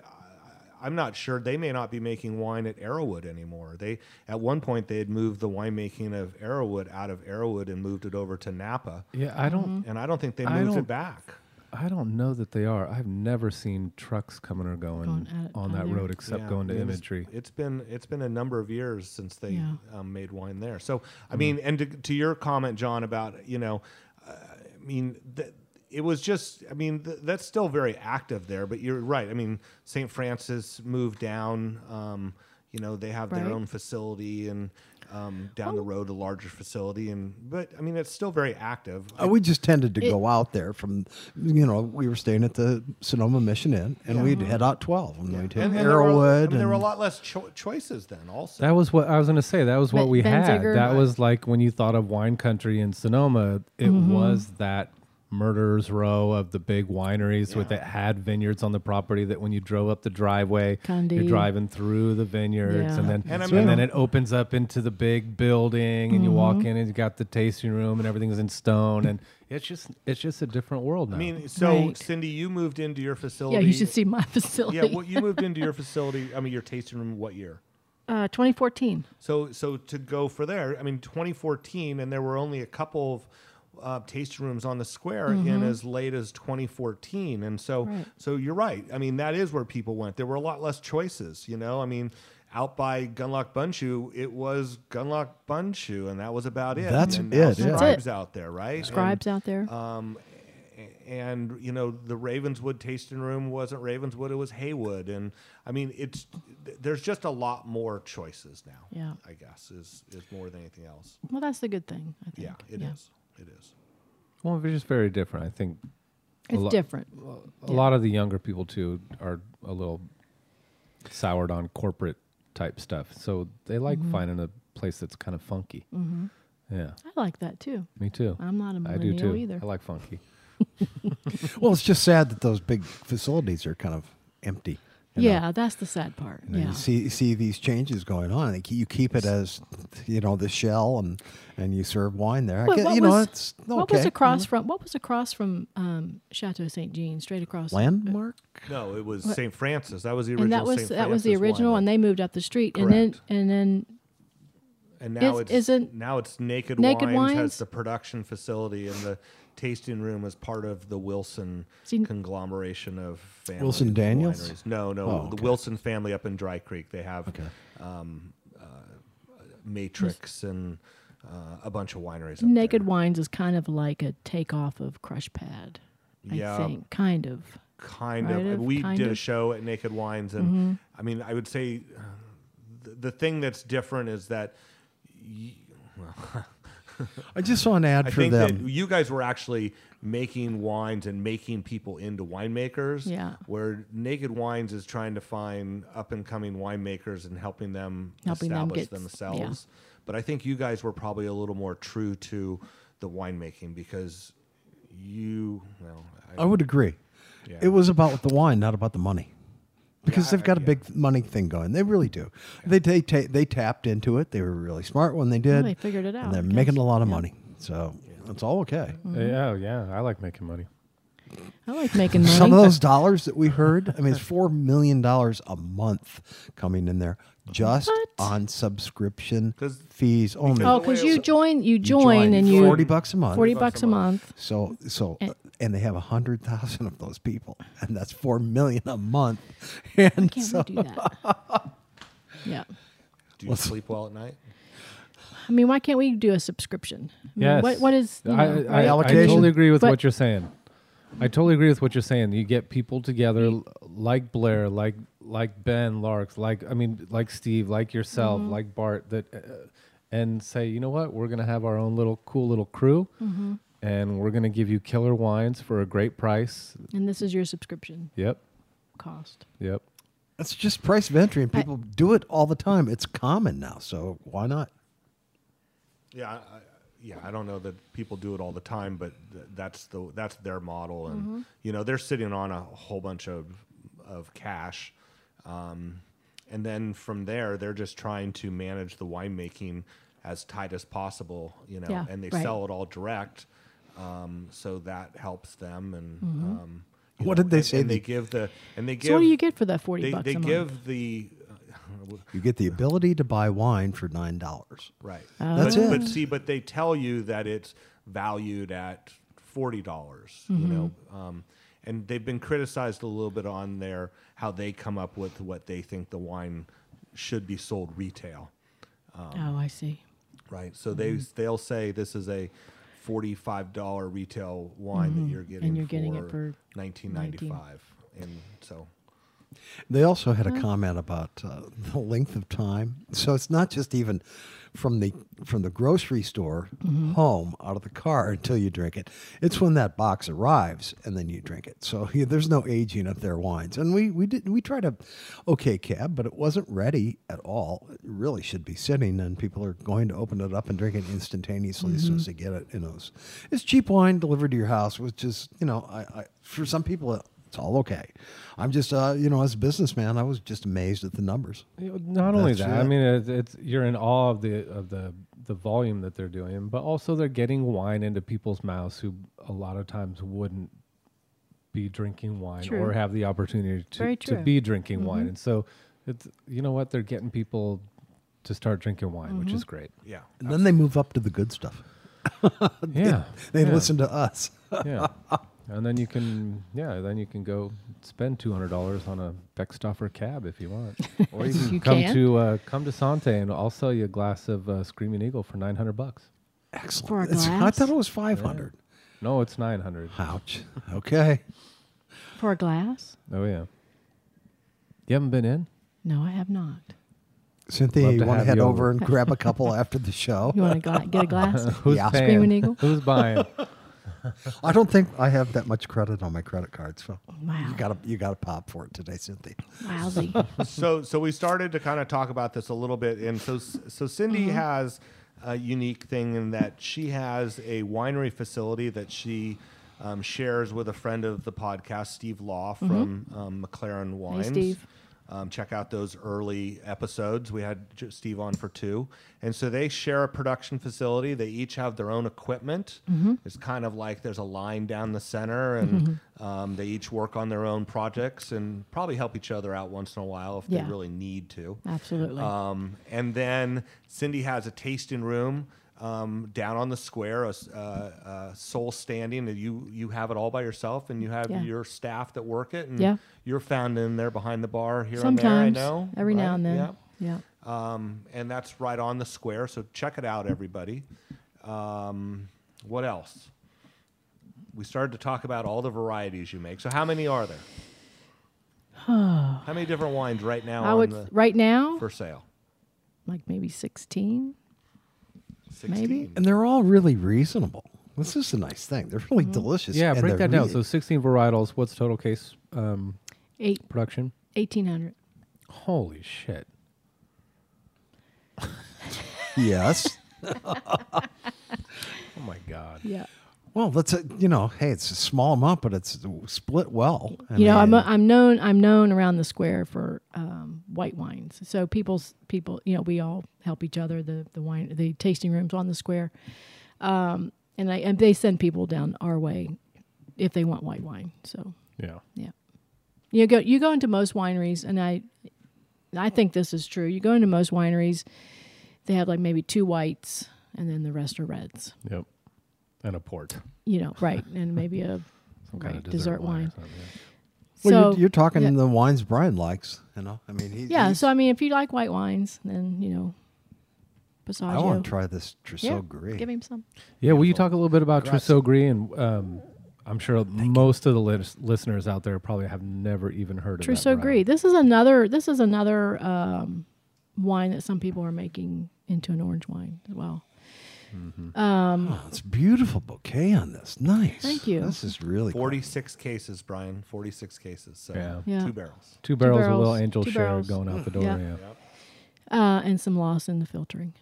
S4: I'm not sure they may not be making wine at Arrowwood anymore. They at one point they had moved the winemaking of Arrowwood out of Arrowwood and moved it over to Napa,
S6: Yeah, I
S5: Mm-hmm.
S6: don't,
S4: and I don't think they
S6: I
S4: moved
S6: don't-
S4: it back.
S6: I don't know that they are. I've never seen trucks coming or going,
S5: Going out-
S6: on
S5: on
S6: that
S5: there.
S6: road except
S4: Yeah,
S6: going to
S4: I mean, it's-
S6: imagery.
S4: It's been it's been a number of years since they
S5: Yeah.
S4: um, made wine there. So I
S6: Mm.
S4: mean, and to, to your comment, John, about you know, uh, I mean, th- it was just I mean th- that's still very active there. But you're right. I mean, St. Francis moved down. Um, you know, they have
S5: Right. Oh.
S4: their own facility and um, down the road a larger facility. And but I mean, it's still very active.
S6: Oh,
S3: Uh, we just tended to go out there from, you know, we were staying at the Sonoma Mission Inn, and we'd head out 12, and we'd hit
S4: and, and there were, I
S3: Arrowwood.
S4: mean, there were a
S3: and-
S4: lot less cho- choices then. Also,
S6: That was what I was going to say. That was what
S5: Ben-
S6: we had.
S5: Benziger.
S6: That was like when you thought of wine country in Sonoma, it
S5: Mm-hmm.
S6: was that murderers row of the big wineries with that had vineyards on the property that when you drove up the driveway, you're
S5: Conde.
S6: driving through the vineyards
S5: Yeah.
S6: and then
S4: And
S6: and,
S4: I mean-
S6: then it opens up into the big building and you walk
S5: Mm-hmm.
S6: in and you got the tasting room and everything's in stone and it's just it's just a different world now.
S4: I mean, so
S5: Right.
S4: Cindy, you moved into your facility.
S5: Yeah, you should see my facility.
S4: Yeah, well, you moved into your facility. I mean, your tasting room. What year?
S5: uh, 2014.
S4: So, so to go for there, I mean, 2014, and there were only a couple of uh, tasting rooms on the square in as late as 2014, and so,
S5: Mm-hmm. Right.
S4: so you're right. I mean, that is where people went. There were a lot less choices, you know. I mean, out by Gunlock Bunchu, it was Gunlock Bunchu, and that was about it.
S3: That's
S4: and now
S3: it, yeah.
S5: That's
S4: Scribes
S5: it.
S4: out there, right?
S5: Scribes out there.
S4: and you know the Ravenswood tasting room wasn't Ravenswood; it was Haywood, and I mean it's th- there's just a lot more choices now.
S5: Yeah.
S4: I guess is is more than anything else.
S5: well, that's the good thing. I think.
S4: Yeah, it is. It is.
S6: well, it's just very different. I think A
S5: It's
S6: lot-
S5: different.
S6: a lot of the younger people too are a little soured on corporate type stuff so they like finding a place that's kind of funky yeah
S5: I like that too.
S6: me too
S5: I'm not a
S6: i do
S5: millennial
S6: too
S5: either.
S6: i like funky
S3: Well, it's just sad that those big facilities are kind of empty. you know?
S5: yeah, that's the sad part.
S3: And
S5: yeah.
S3: You see see these changes going on. They keep- You keep it as you know the shell, and and you serve wine there. I
S5: What-
S3: guess,
S5: what
S3: you know
S5: was-
S3: it's okay.
S5: What was across from? What was across from um, Chateau Saint Jean? Straight across.
S3: Mm-hmm.
S5: Uh,
S3: landmark?
S4: No, it was St. Francis. That was the original.
S5: And that was
S4: St.
S5: that was the
S4: Francis
S5: original,
S4: winery.
S5: and they moved up the street, and
S4: Correct.
S5: then and then
S4: And now
S5: Is-
S4: it's
S5: isn't-
S4: now it's Naked,
S5: Naked
S4: Wines, has
S5: Wines?
S4: the production facility and the tasting room is part of the Wilson
S5: See-
S4: conglomeration of families.
S3: Wilson
S4: and
S3: Daniels?
S4: wineries. No, no,
S3: Oh,
S4: the Wilson family up in Dry Creek. They have um, uh, Matrix and uh, a bunch of wineries. Up
S5: Naked
S4: there.
S5: Wines is kind of like a takeoff of Crush Pad. I
S4: Yeah.
S5: think kind of.
S4: kind
S5: Right
S4: of.
S5: of,
S4: We
S5: kind
S4: did a
S5: of. Mm-hmm.
S4: show at Naked Wines, and I mean, I would say uh, the, the thing that's different is that. You, well,
S3: I just saw an ad
S4: I
S3: for
S4: think
S3: them.
S4: that you guys were actually making wines and making people into winemakers.
S5: Yeah.
S4: Where Naked Wines is trying to find up and coming winemakers and helping them
S5: Helping them
S4: establish
S5: get-
S4: themselves. But I think you guys were probably a little more true to the winemaking because you, well, I,
S3: I would agree. It was about the wine, not about the money. Because they've got a big money thing going. They really do. They, they, ta- they tapped into it. They were really smart when they did.
S5: they figured it out,
S3: And they're
S5: I guess.
S3: making a lot of money. So it's all okay.
S6: Yeah, yeah. I like making money.
S5: I like making money.
S3: Some of
S5: but
S3: those dollars that we heard, I mean, it's $4 million a month coming in there just
S5: What?
S3: on subscription
S4: 'Cause-
S3: fees only.
S5: Oh, because you join, you join,
S3: join
S5: and you
S3: 40 bucks a month.
S5: Forty bucks Eh. a month.
S3: So so uh, and they have a hundred thousand of those people, and that's four million a month. And
S5: Can't
S3: so
S5: we do that? yeah.
S4: do you sleep well at night?
S5: I mean, why can't we do a subscription? I mean,
S6: Yes.
S5: What What is you
S6: I,
S5: know,
S6: I, I
S3: Allocation.
S6: totally agree with
S5: But-
S6: what you're saying. I totally agree with what you're saying. You get people together l- like Blair, like like Ben Larks, like I mean, like Steve, like yourself,
S5: Mm-hmm.
S6: like Bart, that, uh, and say, you know what, we're gonna have our own little cool little crew,
S5: Mm-hmm.
S6: and we're gonna give you killer wines for a great price.
S5: and this is your subscription
S6: Yep,
S5: cost.
S6: yep.
S3: that's just price of entry, and people do it all the time. It's common now, so why not?
S4: Yeah, I, I- yeah. I don't know that people do it all the time, but th- that's the that's their model, and
S5: Mm-hmm.
S4: you know they're sitting on a whole bunch of of cash, um, and then from there they're just trying to manage the winemaking as tight as possible, you know,
S5: Yeah,
S4: and they
S5: right.
S4: sell it all direct, um, so that helps them. And um, you
S3: What
S4: know,
S3: did they
S4: and-
S3: say
S4: And
S3: the-
S4: they give the and they give.
S5: Mm-hmm. So what do you get for that forty
S4: They,
S5: bucks
S4: they
S5: a month?
S4: give the
S3: You get the ability to buy wine for nine dollars.
S4: Right.
S5: Oh.
S3: That's
S4: but,
S3: it.
S4: But see, but they tell you that it's valued at forty dollars. You
S5: Mm-hmm.
S4: know, um, and they've been criticized a little bit on their how they come up with what they think the wine should be sold retail. um,
S5: oh, I see.
S4: Right. So they
S5: Mm-hmm.
S4: they'll say this is a forty-five dollar retail wine that you're getting.
S5: Mm-hmm. you're getting it for
S4: nineteen ninety-five, and so.
S3: They also had a comment about uh, the length of time. So it's not just even from the from the grocery store home out of the car until you drink it. It's when that box arrives and then you drink it. So yeah, there's no aging of their wines. And we we did we tried a okay cab, but it wasn't ready at all. It really should be sitting, and people are going to open it up and drink it instantaneously as soon as they get it. You know, it's, it's cheap wine delivered to your house, which is you know I, I for some people it's all okay. I'm just, uh, you know, as a businessman, I was just amazed at the numbers.
S6: You know, Not only
S3: That's
S6: that, I
S3: it.
S6: mean, it's, it's you're in awe of the of the the volume that they're doing, but also they're getting wine into people's mouths who a lot of times wouldn't be drinking wine
S5: True.
S6: or have the opportunity to,
S5: Very
S6: to
S5: true. Mm-hmm.
S6: be drinking wine, and so it's you know what they're getting people to start drinking wine,
S5: Mm-hmm.
S6: which is great.
S4: Yeah,
S3: And then they move up to the good stuff.
S6: Yeah,
S3: They
S6: yeah,
S3: listen to us.
S6: yeah, and then you can yeah, then you can go spend two hundred dollars on a Beckstoffer cab if you want.
S4: or even
S5: You
S6: come
S5: can
S6: to uh, come to Sante, and I'll sell you a glass of uh, Screaming Eagle for nine hundred bucks.
S3: Excellent.
S5: For a
S3: It's- I
S5: glass?
S3: thought it was 500.
S6: No, it's nine hundred.
S3: Ouch. Okay.
S5: for a glass.
S6: Oh yeah. You haven't been in?
S5: No, I have not.
S3: Cynthia,
S6: Love
S3: you
S6: to
S3: want to
S6: have
S3: head
S6: you
S3: over
S6: over.
S3: and grab a couple after the show?
S5: You want to gla- get a glass?
S6: Who's
S3: Yeah.
S6: paying?
S5: Screaming Eagle?
S6: Who's buying?
S3: I don't think I have that much credit on my credit card, so
S5: Oh, Wow.
S3: you got to you got to pop for it today, Cynthia.
S5: Wowzy.
S4: so so we started to kind of talk about this a little bit, and so so Cindy has a unique thing in that she has a winery facility that she um, shares with a friend of the podcast, Steve Law from um, McLaren Wines.
S5: Steve.
S4: Um, check out those early episodes. We had J- Steve on for two. And so they share a production facility. They each have their own equipment. It's kind of like there's a line down the center, and um, they each work on their own projects and probably help each other out once in a while if
S5: Yeah.
S4: they really need to.
S5: Absolutely.
S4: Um, and then Cindy has a tasting room um, down on the square, a, s- uh, a soul standing. and You you have it all by yourself, and you have
S5: Yeah.
S4: your staff that work it. And
S5: Yeah.
S4: you're found in there behind the bar here
S5: Sometimes,
S4: and there. I know
S5: every now
S4: right?
S5: and then.
S4: Yeah.
S5: Yeah.
S4: Um, and that's right on the square. So check it out, everybody. Um, what else? We started to talk about all the varieties you make. So how many are there? how many different wines right now
S5: I
S4: on
S5: would
S4: the,
S5: right now
S4: for sale?
S5: like maybe sixteen. maybe.
S3: And they're all really reasonable. This is a nice thing. They're
S5: Mm-hmm.
S3: really delicious.
S6: Yeah,
S3: and
S6: break
S3: they're
S6: that down.
S3: re-
S6: So 16 varietals. What's total case um,
S5: Eight,
S6: production?
S5: 1800.
S6: Holy shit!
S3: yes.
S6: Oh my god!
S5: Yeah.
S3: Well, that's a, you know, hey, it's a small amount, but it's split well. I
S5: you know, I'm,
S3: mean,
S5: I'm known I'm known around the square for um, white wines. So people's people, you know, we all help each other. The the wine the tasting rooms on the square, um, and I and they send people down our way if they want white wine. So
S6: Yeah.
S5: yeah, you go you go into most wineries, and I I think this is true. You go into most wineries, they have like maybe two whites, and then the rest are reds.
S6: Yep. And a port.
S5: You know, right, and maybe a
S6: Some
S5: right,
S6: kind of
S5: dessert,
S6: or
S5: wine.
S6: something, yeah.
S3: well,
S5: so,
S3: you're, you're talking
S5: yeah.
S3: the wines Brian likes, you know. I mean, he,
S5: Yeah,
S3: he's-
S5: so I mean, if you like white wines, then you know, Passaggio.
S3: I want to try this Trousseau
S5: yeah,
S3: Gris.
S5: Give him some.
S6: Yeah, will you talk a little bit about Trousseau Gris? And um, I'm sure most of the lis- listeners out there probably have never even heard of
S5: Trousseau
S6: that
S5: Gris. This is another. This is another um, wine that some people are making into an orange wine as well.
S3: Oh, it's a beautiful bouquet on this. Nice.
S5: Thank you.
S3: This is really cool.
S4: 46 cases, Brian. 46 cases. So
S6: Yeah.
S5: Yeah.
S4: two barrels.
S6: Two barrels, of
S5: barrels,
S6: little angel
S5: two
S6: share
S5: barrels. Mm,
S6: going out the door.
S5: Yeah.
S6: Yeah.
S5: Uh, and some loss in the filtering.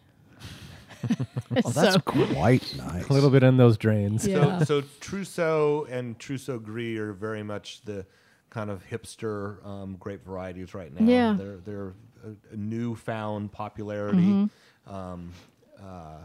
S3: Oh, that's
S5: so,
S3: quite nice.
S6: A little bit in those drains.
S5: yeah.
S4: So, so Trousseau and Trousseau Gris are very much the kind of hipster um, grape varieties right now.
S5: Yeah.
S4: They're, they're a, a newfound popularity.
S5: Mm-hmm.
S4: Um, uh,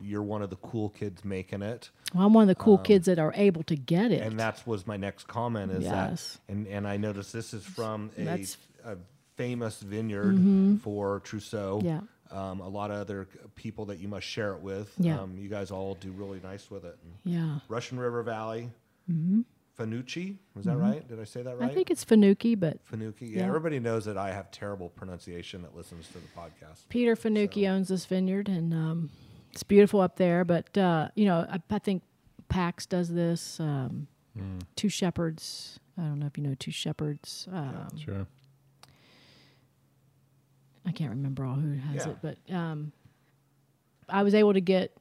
S4: you're one of the cool kids making it.
S5: well, I'm one of the cool kids that are able to get it.
S4: And that was my next comment is
S5: Yes.
S4: that, and, and I noticed this is from a,
S5: That's- Mm-hmm.
S4: a famous vineyard for Trousseau.
S5: Yeah.
S4: Um, a lot of other people that you must share it with.
S5: Yeah.
S4: Um, you guys all do really nice with it.
S5: yeah. Mm-hmm.
S4: Russian River Valley, Fanucci. Was that right? Did I say that right?
S5: I think it's Fanucci, but
S4: Fanucci. Yeah,
S5: Yeah.
S4: everybody knows that I have terrible pronunciation that listens to the podcast.
S5: Peter Fanucci owns this vineyard, and um, it's beautiful up there. But uh, you know, I, I think Pax does this. Um,
S4: Hmm.
S5: Two Shepherds. I don't know if you know Two Shepherds. Um,
S6: Sure.
S5: I can't remember all who has
S4: Yeah.
S5: it, but um, I was able to get,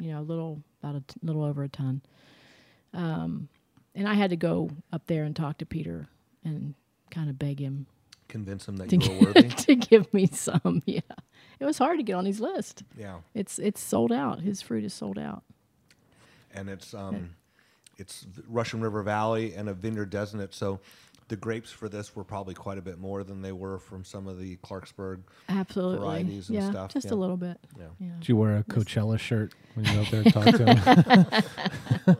S5: you know, a little about a t- little over a ton, um, and I had to go up there and talk to Peter and kind of beg him
S4: Convince them that
S5: to,
S4: you were worthy.
S5: to give me some. Yeah, it was hard to get on his list.
S4: yeah,
S5: It's it's sold out. His fruit is sold out.
S4: and it's um, it's the Russian River Valley and a vineyard, doesn't it? So. The grapes for this were probably quite a bit more than they were from some of the Clarksburg.
S5: Absolutely.
S4: Varieties and
S5: yeah,
S4: stuff,
S5: just
S4: yeah.
S5: a little bit.
S4: Yeah.
S6: Did you wear a Coachella shirt when you were out there and talked to him?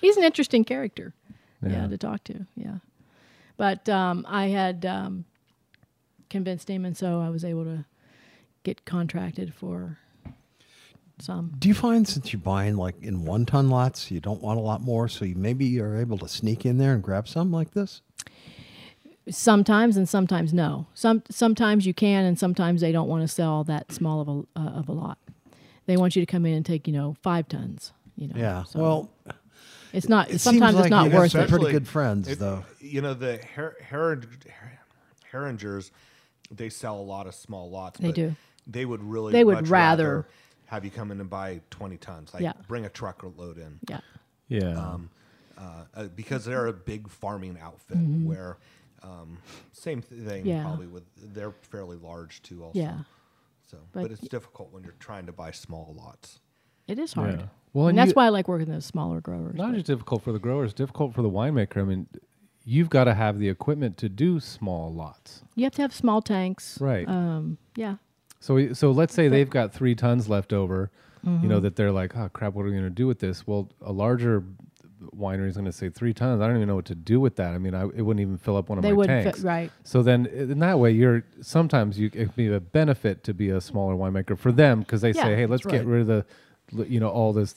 S5: He's an interesting character. Yeah.
S6: Yeah.
S5: to talk to. Yeah. But um, I had um, convinced him, and so I was able to get contracted for some.
S3: Do you find since you're buying like in one ton lots, you don't want a lot more, so you maybe you're able to sneak in there and grab some like this?
S5: Sometimes and sometimes no. Some sometimes you can, and sometimes they don't want to sell that small of a uh, of a lot. They want you to come in and take you know five tons. You know.
S3: Yeah.
S5: so
S3: well,
S5: it's not.
S3: it seems
S5: sometimes
S3: like
S5: it's not
S3: you have
S5: worth
S3: some
S5: it.
S3: pretty
S4: Especially
S3: good friends, though.
S4: You know the Her- Her- Her- Herringers, they sell a lot of small lots.
S5: They
S4: but
S5: do.
S4: They would really.
S5: They would
S4: much
S5: rather-
S4: have you come in and buy twenty tons. Like
S5: Yeah.
S4: bring a truck or load in.
S5: Yeah.
S6: yeah.
S4: Uh, uh, because they're a big farming outfit where um, same thing
S5: Mm-hmm. Yeah.
S4: probably with they're fairly large too also.
S5: Yeah.
S4: So, but,
S5: But-
S4: it's difficult when you're trying to buy small lots.
S5: It is hard.
S6: Yeah. Well,
S5: Well, and,
S6: and
S5: that's
S6: you-
S5: why I like working with those smaller growers.
S6: Not
S5: but-
S6: just difficult for the growers, difficult for the winemaker. I mean, you've got to have the equipment to do small lots.
S5: You have to have small tanks.
S6: Right.
S5: Um, yeah.
S6: So, so let's say they've got three tons left over, you
S5: Mm-hmm.
S6: know, that they're like, oh crap, what are we going to do with this? Well, a larger winery is going to say three tons. I don't even know what to do with that. I mean, I, it wouldn't even fill up one of
S5: They
S6: my
S5: wouldn't fit-
S6: tanks.
S5: right.
S6: So then, in that way, you're sometimes you it can be a benefit to be a smaller winemaker for them because they
S5: Yeah,
S6: say, hey, let's get rid of the, you know, all this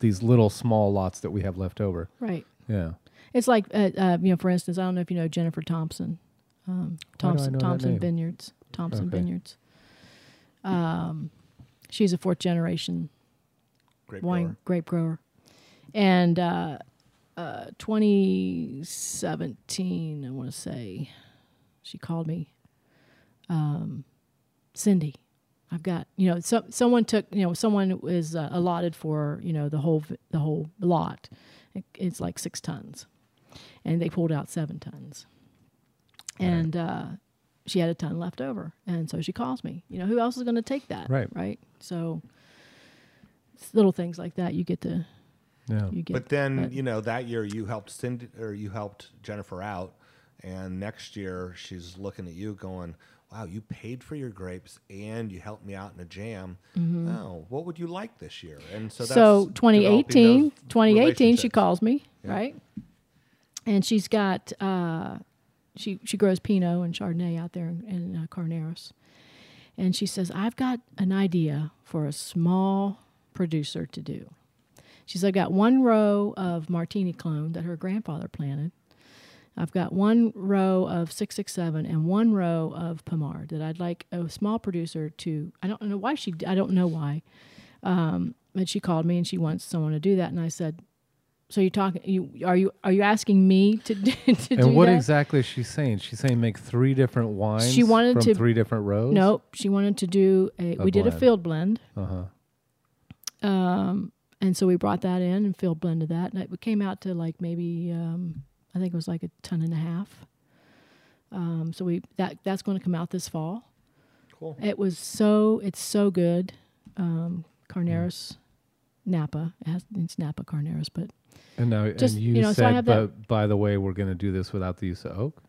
S6: these little small lots that we have left over.
S5: Right.
S6: Yeah.
S5: It's like, uh, uh, you know, for instance, I don't know if you know Jennifer Thompson. Um, Thompson,
S6: know that
S5: Thompson
S6: name?
S5: Vineyards. Thompson
S6: Okay.
S5: Vineyards. Um, she's a fourth generation
S4: Grape
S5: wine
S4: grower.
S5: grape grower. And uh, uh, 2017, I want to say, she called me. Um, Cindy, I've got you know so, someone took you know someone is uh, allotted for you know the whole v- the whole lot. It- It's like six tons, and they pulled out seven tons, and uh, she had a ton left over, and so she calls me. You know who else is going to take that?
S6: Right.
S5: right. So it's little things like that you get to
S6: Yeah.
S5: you get.
S4: But then you know that year you helped Cindy or you helped Jennifer out, and next year she's looking at you going, "Wow, you paid for your grapes and you helped me out in a jam. Oh, what would you like this year?" And so that's
S5: Mm-hmm. so
S4: developing
S5: 2018
S4: those
S5: 2018 she
S4: relationships.
S5: calls me right and she's got uh, she she grows pinot and chardonnay out there in, in uh, carneros and she says i've got an idea for a small producer to do she's i've got one row of martini clone that her grandfather planted I've got one row of 667 and one row of Pomard that I'd like a small producer to. I don't know why she, I don't know why. Um, but she called me and she wants someone to do that. And I said, so you talking, you, are you, are you asking me to, do- to do
S6: And what
S5: that?
S6: exactly is she saying? She's saying make three different wines
S5: She wanted
S6: from
S5: to-
S6: three different rows?
S5: Nope. She wanted to do a, we did a
S6: blend.
S5: field blend. Uh-huh. Um, and so we brought that in and field blended that. And it came out to like maybe, um, I think it was like a ton and a half. Um, so we, that, that's going to come out this fall.
S4: Cool.
S5: It was so it's so good. Um, Carneros, Napa. It has, it's Napa Carneros, but
S6: And now
S5: Just,
S6: and you,
S5: you know, so I
S6: said,
S5: have
S6: but
S5: that-
S6: by the way, we're going to do this without the use of oak.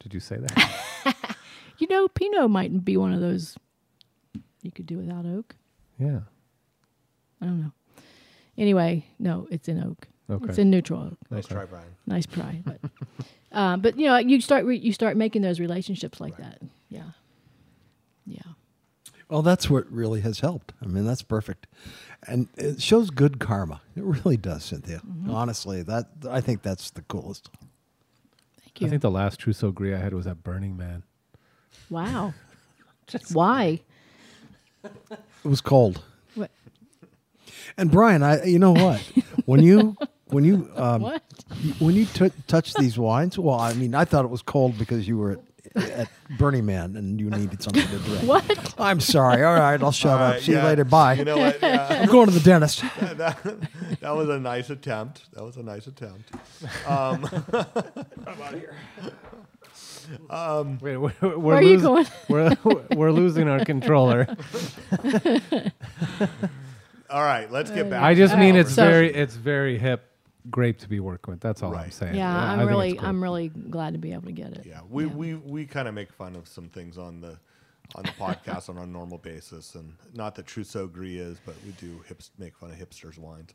S6: Did you say that?
S5: you know, Pinot mightn't be one of those you could do without oak.
S6: yeah.
S5: I don't know. Anyway, no, it's in oak.
S6: Okay.
S5: It's in neutral oak.
S4: Nice try, Brian.
S5: Nice try, but um, but you know, you start re- you start making those relationships like that. Yeah, yeah.
S3: Well, that's what really has helped. I mean, that's perfect, and it shows good karma. It really does, Cynthia.
S5: Mm-hmm.
S3: Honestly, that I think that's the coolest.
S5: Thank you.
S6: I think the last Trousseau Gris I had was at Burning Man.
S5: wow. Why?
S3: It was cold,
S5: What?
S3: and Brian, I you know what? when you when you um,
S5: what?
S3: when you t- touch these wines, well, I mean, I thought it was cold because you were at, at Burning Man and you needed something to drink.
S5: What?
S3: I'm sorry. All right, I'll shut
S4: All
S3: up.
S4: right,
S3: See
S4: Uh, yeah.
S3: you later. Bye.
S4: You know what? Yeah.
S3: I'm going to the dentist.
S4: that was a nice attempt. That was a nice attempt.
S6: Wait, we're, we're
S5: Where are you
S6: losing-
S5: going?
S6: We're, we're losing our controller.
S4: All right, let's get back.
S6: Uh, I
S4: to
S6: just
S4: the
S6: mean
S5: Alright,
S6: it's
S5: Oh, so-
S6: very it's very hip grape to be working with. That's all I'm
S4: Right.
S6: saying.
S5: Yeah,
S6: I- I
S5: I'm
S6: think it's
S5: really,
S6: cool.
S5: I'm really glad to be able to get it.
S4: Yeah, we we, we kind of make fun of some things on the on the podcast on a normal basis, and not that Trousseau Gris is, but we do hips, make fun of hipsters' wines.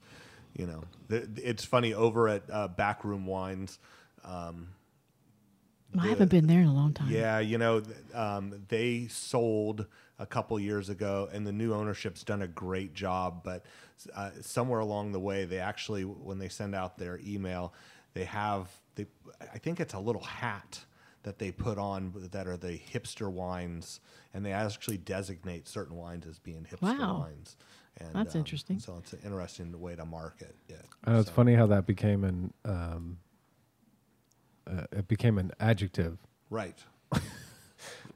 S4: You know, Th- it's funny over at uh, Backroom Wines. Um,
S5: I haven't been there in a long time.
S4: yeah, you know, th- um, they sold a couple years ago, and the new ownership's done a great job. But uh, somewhere along the way, they actually, when they send out their email, they have they, I think it's a little hat that they put on that are the hipster wines, and they actually designate certain wines as being hipster
S5: Wow.
S4: wines. And, um,
S5: That's interesting.
S4: So it's an interesting way to market it.
S6: I know it's funny how that became an um, uh, it became an adjective
S4: Right.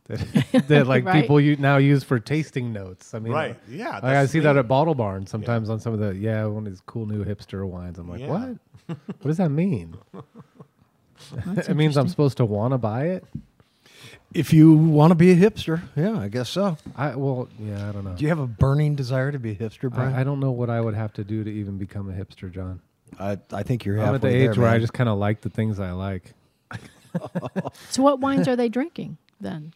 S6: that, that like
S5: Right.
S6: people you now use for tasting notes. I mean,
S4: Right. Yeah,
S6: like, I
S4: Uh, that's
S6: see
S4: the
S6: that
S4: thing.
S6: at Bottle Barn sometimes on some of the yeah one of these cool new hipster wines. I'm like,
S4: Yeah.
S6: what? what does that mean? it means I'm supposed to want to buy it.
S3: If you want to be a hipster, yeah, I guess so.
S6: I well, yeah, I don't know.
S3: Do you have a burning desire to be a hipster, Brian?
S6: I, I don't know what I would have to do to even become a hipster, John.
S3: I, I think you're
S6: I'm
S3: halfway
S6: at the age
S3: there,
S6: where I
S3: man.
S6: just kind of like the things I like.
S5: So what wines are they drinking then?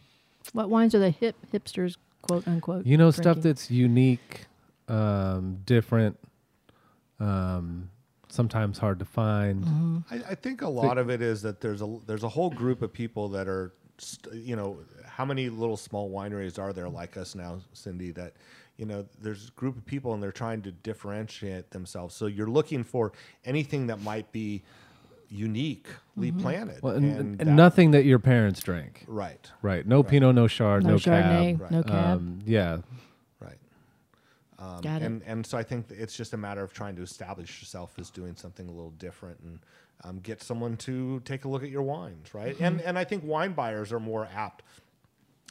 S5: What wines are the hip hipsters quote unquote?
S6: You know, stuff
S5: drinking?
S6: that's unique, um, different, um, sometimes hard to find.
S5: Mm-hmm.
S4: I, I think a lot of it is that there's a there's a whole group of people that are, st- you know, how many little small wineries are there like us now, Cindy? That you know, there's a group of people and they're trying to differentiate themselves. So you're looking for anything that might be uniquely
S5: Mm-hmm.
S4: planted.
S6: Well, and, and
S4: that-
S6: nothing that your parents drank.
S4: Right.
S6: Right. No Pinot, no Chard,
S5: no,
S6: no,
S5: Chardonnay,
S6: Cab.
S5: no cab.
S6: Um, yeah.
S4: Right. Um,
S5: Got it.
S4: and and so I think that it's just a matter of trying to establish yourself as doing something a little different and um, get someone to take a look at
S5: Mm-hmm.
S4: your wines, right? And and I think wine buyers are more apt.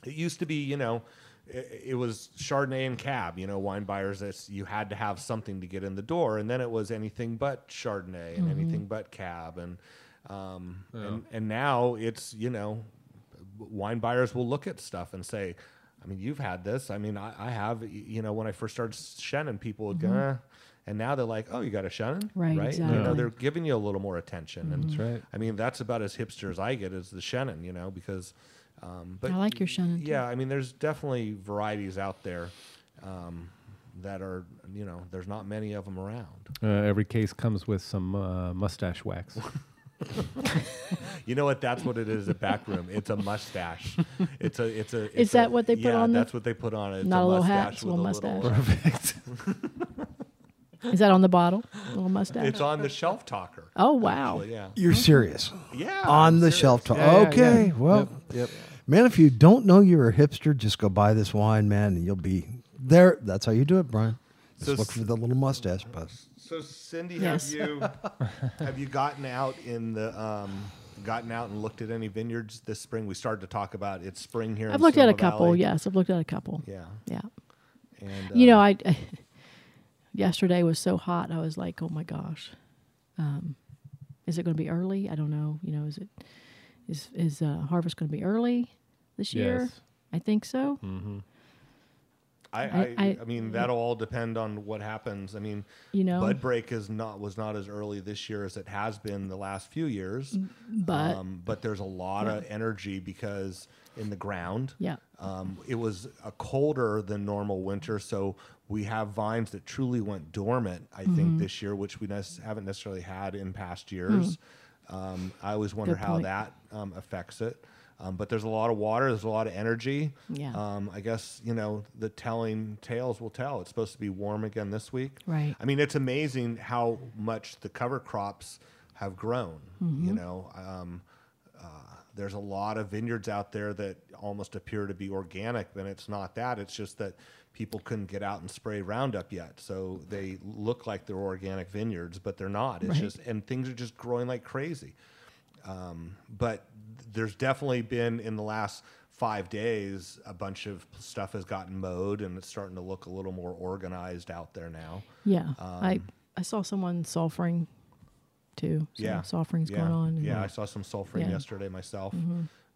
S4: It used to be, you know, it, it was Chardonnay and cab. You know, wine buyers that's you had to have something to get in the door, and then it was anything but Chardonnay
S5: Mm-hmm.
S4: and anything but cab, and um, and and now it's you know wine buyers will look at stuff and say, I mean, you've had this. I mean, I, I have. y- You know, when I first started Shannon, people would go, "Eh." and now they're like, oh, you got a Shannon,
S5: Mm-hmm. Right,
S4: You know,
S5: exactly. Mm-hmm.
S4: they're giving you a little more attention, and that's
S6: right.
S4: I mean, that's about as hipster as I get is the Shannon, you know, because. Um, but
S5: I like your Shannon, too.
S4: Yeah, I mean, there's definitely varieties out there um, that are, you know, there's not many of them around.
S6: Uh, every case comes with some uh, mustache wax.
S4: You know what? That's what it is. A back room. It's a mustache. It's a. It's a. It's
S5: Is that what they put
S4: yeah,
S5: on the-
S4: That's what they put on it. It's
S5: Not a little hat,
S4: mustache
S5: it's a
S4: with
S5: little
S4: a little-
S5: mustache. Is that on the bottle? little mustache.
S4: It's on the shelf talker.
S5: oh wow.
S4: But yeah.
S3: You're serious.
S4: Yeah.
S3: On
S4: I'm
S3: the
S4: serious.
S3: shelf talk.
S6: Oh, Yeah, yeah,
S3: okay.
S6: yeah.
S3: Well,
S4: Yep.
S3: man, if you don't know you're a hipster, just go buy this wine, man, and you'll be there. That's how you do it, Brian. Just
S4: So
S3: look
S4: s-
S3: for the little mustache buzz.
S4: So Cindy,
S5: Yes.
S4: have you have you gotten out in the um, gotten out and looked at any vineyards this spring? We started to talk about it's spring here.
S5: I've
S4: in
S5: looked at a
S4: Sonoma
S5: couple.
S4: Valley.
S5: Yes, I've looked at a couple.
S4: Yeah.
S5: Yeah.
S4: And
S5: you know,
S4: uh,
S5: I yesterday was so hot. I was like, oh my gosh, um, is it going to be early? I don't know. You know, is it is is uh, harvest going to be early this year?
S6: Yes.
S5: I think so.
S4: Mm. I, I,
S5: I-
S4: I,
S5: I-
S4: mean that'll all depend on what happens. I mean,
S5: You know?
S4: bud break is not was not as early this year as it has been the last few years.
S5: Mm. But
S4: um, but there's a lot of energy because in the ground.
S5: Yeah.
S4: Um, it was a colder than normal winter, so we have vines that truly went dormant. I
S5: Mm-hmm.
S4: think this year, which we nes- haven't necessarily had in past years. Um, I always wonder
S5: Mm. Good
S4: how
S5: point.
S4: that um, affects it. Um, but there's a lot of water. There's a lot of energy.
S5: Yeah.
S4: Um, I guess you know the telling tales will tell. It's supposed to be warm again this week.
S5: Right.
S4: I mean, it's amazing how much the cover crops have grown. You know, um, uh, there's a lot of vineyards out there that almost appear to be organic, and it's not that. It's just that people couldn't get out and spray Roundup yet, so they look like they're organic vineyards, but they're not. It's just and things are just growing like crazy but there's definitely been in the last five days a bunch of stuff has gotten mowed and it's starting to look a little more organized out there now
S5: yeah, I
S4: um,
S5: I saw someone sulfuring too. So
S4: yeah
S5: sulfuring's
S4: yeah.
S5: going on. and-
S4: yeah i saw some sulfuring
S5: Yeah. Mm-hmm.
S4: yesterday myself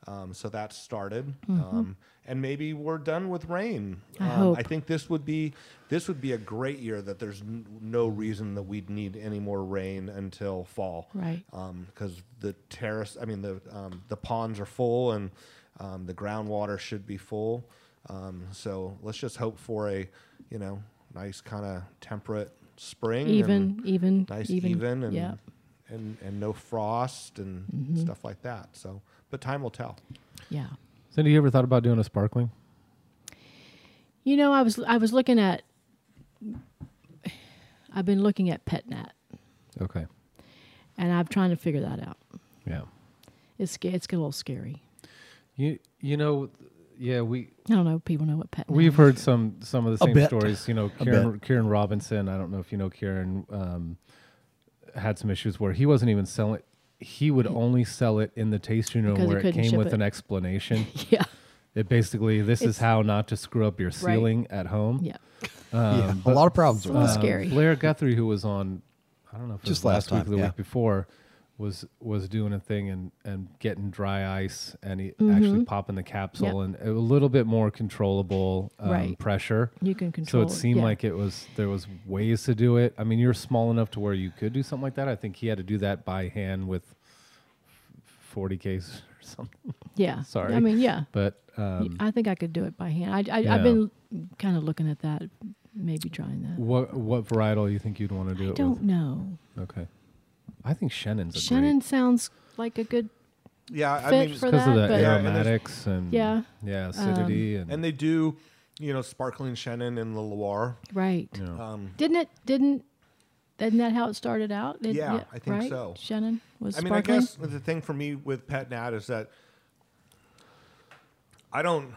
S4: um, so that started um, and maybe we're done with rain
S5: I
S4: um, I
S5: hope.
S4: think this would be this would be a great year that there's n- no reason that we'd need any more rain until fall
S5: Right.
S4: because the terrace, I mean the um, the ponds are full and um, the groundwater should be full. Um, so let's just hope for a you know nice kind of temperate spring,
S5: even,
S4: and
S5: even,
S4: nice
S5: even,
S4: even, and
S5: yeah. Mm-hmm.
S4: and and no frost and stuff like that. So, but time will tell.
S5: Yeah.
S6: Cindy, you ever thought about doing a sparkling?
S5: You know, I was I was looking at. I've been looking at PetNat,
S6: Okay.
S5: and I'm trying to figure that out.
S6: Yeah.
S5: It's sca- it's a little scary.
S6: You you know, yeah we
S5: I don't know. if People know what PetNat.
S6: We've heard some some of the
S3: A
S6: same
S3: bit.
S6: stories. You know, Kieran, Kieran Robinson. I don't know if you know Kieran. Um, had some issues where he wasn't even selling. He would only sell it in the tasting room
S5: Because he
S6: where it
S5: couldn't
S6: came
S5: ship
S6: with
S5: it.
S6: an explanation.
S5: yeah,
S6: It basically this
S5: It's-
S6: is how not to screw up your ceiling at home.
S5: yeah.
S6: uh,
S3: yeah, a lot of problems with
S5: Well,
S3: that.
S5: it's scary.
S6: Blair Guthrie, who was on, I don't know if it
S3: Just
S6: was last,
S3: last
S6: week
S3: time,
S6: or the
S3: yeah.
S6: week before, was was doing a thing and and getting dry ice and he
S5: Mm-hmm.
S6: actually popping the capsule and a little bit more controllable um,
S5: Right.
S6: pressure.
S5: You can control
S6: So
S5: it,
S6: it seemed
S5: yeah.
S6: like it was there was ways to do it. I mean, you're small enough to where you could do something like that. I think he had to do that by hand with forty case or something.
S5: Yeah.
S6: Sorry.
S5: I mean, yeah.
S6: But um,
S5: I think I could do it by hand. I, I
S6: Yeah.
S5: I've been kind of looking at that, maybe trying that.
S6: what what varietal you think you'd want to do
S5: I
S6: it
S5: don't know.
S6: with? Okay. I think Shannon's a great-
S5: Shannon sounds like a good
S4: Yeah,
S5: fit for
S6: because of
S5: that,
S6: the
S5: but
S4: Yeah, and there's-
S6: aromatics and
S5: Yeah. Um,
S6: yeah acidity and,
S4: and they do, you know, sparkling Shannon and the Loire.
S5: right.
S4: Um,
S5: didn't it? Didn't isn't that how it started out? Did-
S4: Yeah, I think
S5: right?
S4: so.
S5: Shannon was
S4: I mean,
S5: sparkling.
S4: I guess the thing for me with Pet Nat is that I don't,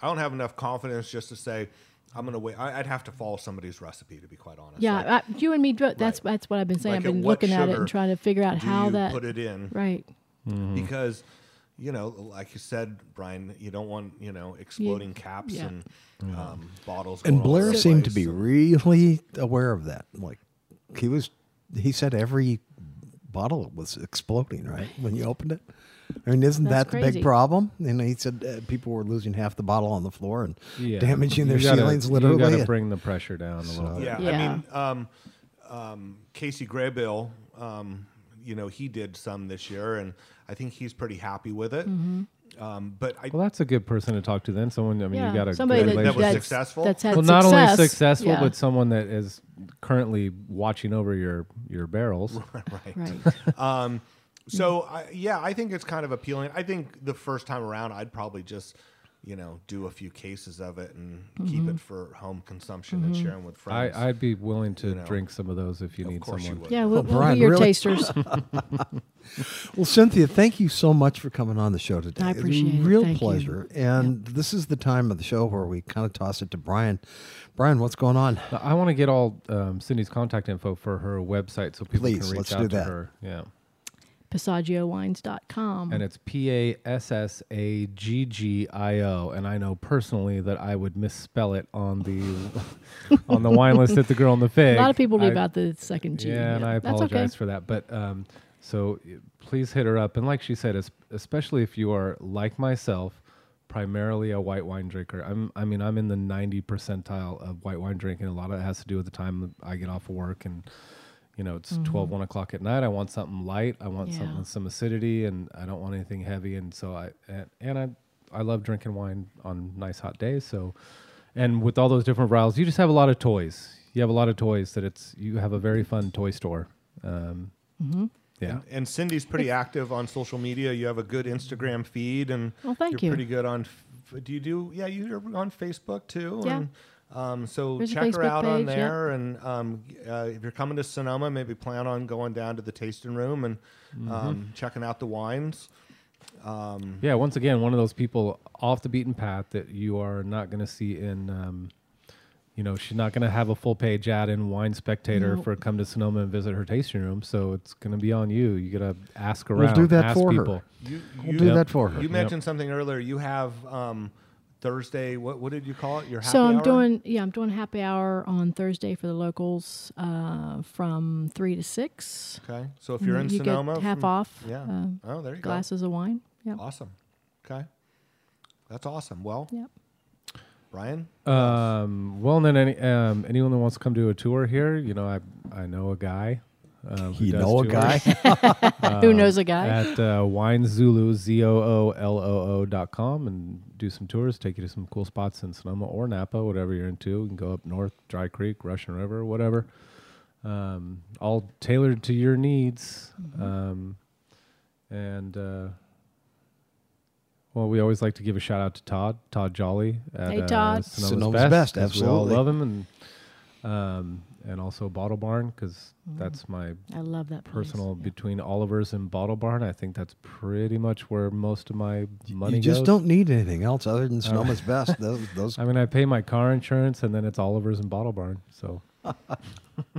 S4: I don't have enough confidence just to say I'm gonna wait. I, I'd have to follow somebody's recipe to be quite honest.
S5: Yeah,
S4: Like,
S5: I, you and me. dro- That's
S4: Right.
S5: that's what I've been saying.
S4: Like
S5: I've
S4: at
S5: been
S4: what
S5: looking at it
S4: sugar
S5: and trying to figure out
S4: do
S5: how
S4: you
S5: that
S4: put it in
S5: right.
S4: because you know, like you said, Brian, you don't want you know exploding caps
S5: yeah.
S4: and um, bottles.
S3: And
S4: going all over
S3: Blair
S4: the
S3: seemed to
S4: place.
S3: be really aware of that. Like he was, he said every bottle was exploding right when you opened it. I mean, isn't
S5: That's
S3: that the
S5: crazy.
S3: big problem? And he said uh, people were losing half the bottle on the floor and
S6: Yeah.
S3: damaging their
S6: You gotta-
S3: ceilings.
S6: You got
S3: Literally,
S6: to bring the pressure down a little. bit.
S4: Yeah, I
S5: Yeah.
S4: mean, um, um, Casey Graybill, um, you know, he did some this year, and I think he's pretty happy with it.
S5: Mm-hmm.
S4: Um, but I,
S6: Well, that's a good person to talk to. Then someone. I mean,
S5: yeah.
S6: you got a
S5: somebody
S6: good
S5: that,
S4: That was
S6: relationship.
S5: that's,
S4: successful?
S5: That's had
S6: well, not only
S5: success.
S6: successful,
S5: Yeah.
S6: but someone that is currently watching over your your barrels.
S4: right.
S5: right.
S4: Um, so I, yeah, I think it's kind of appealing. I think the first time around, I'd probably just you know do a few cases of it and
S5: Mm-hmm.
S4: keep it for home consumption and sharing with friends.
S6: I, I'd be willing to
S4: know.
S6: drink some of those if you
S4: of
S6: need
S4: course
S6: someone.
S4: you would.
S5: Yeah, we'll, we'll
S3: Brian,
S5: be your
S3: really?
S5: tasters.
S3: Well, Cynthia, thank you so much for coming on the show today.
S5: I
S3: It's a
S5: appreciate it.
S3: Real
S5: Thank you.
S3: pleasure. And this is the time of the show where we kind of toss it to Brian. Brian, what's going on?
S6: But I want to get all um, Cindy's contact info for her website so people
S3: Please,
S6: can reach
S3: let's
S6: out
S3: do
S6: to
S3: that.
S6: her. Yeah.
S5: PassagioWines.com.
S6: And it's P A S S A G G I O. And I know personally that I would misspell it on the on the wine list at the girl in the fig.
S5: a lot of people do
S6: I-
S5: about the second G.
S6: Yeah, and I
S5: That's
S6: apologize
S5: okay.
S6: for that. But um, so y- please hit her up. And like she said, es- especially if you are like myself, primarily a white wine drinker. I'm, I mean, I'm in the 90 percentile of white wine drinking. A lot of it has to do with the time I get off of work and, you know, it's 12, 1 o'clock at night. I want something light. I want
S5: Yeah.
S6: something with some acidity and I don't want anything heavy. And so I, and, and I, I love drinking wine on nice hot days. So, and with all those different varieties, you just have a lot of toys. You have a lot of toys that it's you have a very fun toy store. Um, Yeah,
S4: And Cindy's pretty active on social media. You have a good Instagram feed, and
S5: Well, thank
S4: you're
S5: you.
S4: pretty good on. f- Do you do? Yeah, you're on Facebook too.
S5: Yeah.
S4: And, um, so
S5: There's a
S4: check her
S5: Facebook
S4: out on
S5: page, yeah.
S4: there, and um, uh, if you're coming to Sonoma, maybe plan on going down to the tasting room and
S3: Mm-hmm.
S4: um, checking out the wines.
S6: yeah. Once again, one of those people off the beaten path that you are not going to see in. Um, you know, she's not going to have a full page ad in Wine Spectator
S5: No.
S6: for come to Sonoma and visit her tasting room. So it's going to be on you. You got to ask around.
S3: We'll do that
S6: ask
S3: for
S6: people.
S3: her.
S4: You,
S3: We'll
S4: you
S3: do
S6: Yep.
S3: that for her.
S4: You mentioned something earlier. You have um, Thursday. What what did you call it? Your happy
S5: So I'm
S4: hour?
S5: doing yeah I'm doing happy hour on Thursday for the locals uh, from three to six.
S4: Okay. So if you're in
S5: Mm, you
S4: Sonoma,
S5: get half
S4: from-
S5: off.
S4: Yeah.
S5: uh,
S4: oh, there you go.
S5: glasses of wine. Yeah.
S4: Awesome. Okay. That's awesome. Well,
S5: Yep.
S4: Brian,
S6: Um, well, and then any, um, anyone that wants to come do a tour here, you know, I I know a guy. Um, who
S3: You
S6: does
S3: know a
S6: tours.
S3: guy?
S5: Who knows a guy?
S6: at uh, wine zulu z o o l o o dot com and do some tours. Take you to some cool spots in Sonoma or Napa, whatever you're into. You can go up north, Dry Creek, Russian River, whatever. Um, all tailored to your needs.
S5: Mm-hmm.
S6: Um, and uh, well, we always like to give a shout out to Todd, Todd Jolly at
S5: Hey,
S6: uh,
S5: Todd.
S6: Sonoma's,
S3: Sonoma's Best,
S6: 'cause we
S3: absolutely.
S6: all love him and. Um, and also Bottle Barn because
S5: Mm-hmm.
S6: that's my
S5: I love that place.
S6: personal
S5: Yeah.
S6: between Oliver's and Bottle Barn. I think that's pretty much where most of my money
S3: you just
S6: goes. Oh.
S3: don't need anything else other than Sonoma's best. Those, those
S6: I mean, I pay my car insurance, and then it's Oliver's and Bottle Barn. So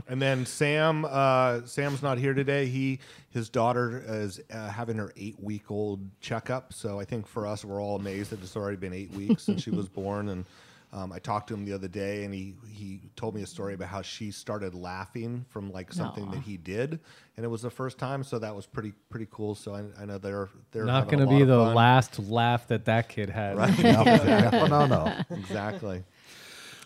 S4: and then Sam. Uh, Sam's not here today. He his daughter is uh, having her eight week old checkup. So I think for us, we're all amazed that it's already been eight weeks since she was born. And um, I talked to him the other day, and he he told me a story about how she started laughing from like something that he did, and it was the first time. So that was pretty pretty cool. So I, I know they're they're
S6: not
S4: going to
S6: be the
S4: fun.
S6: last laugh that that kid had.
S3: no, no, no, no. Um,
S4: exactly.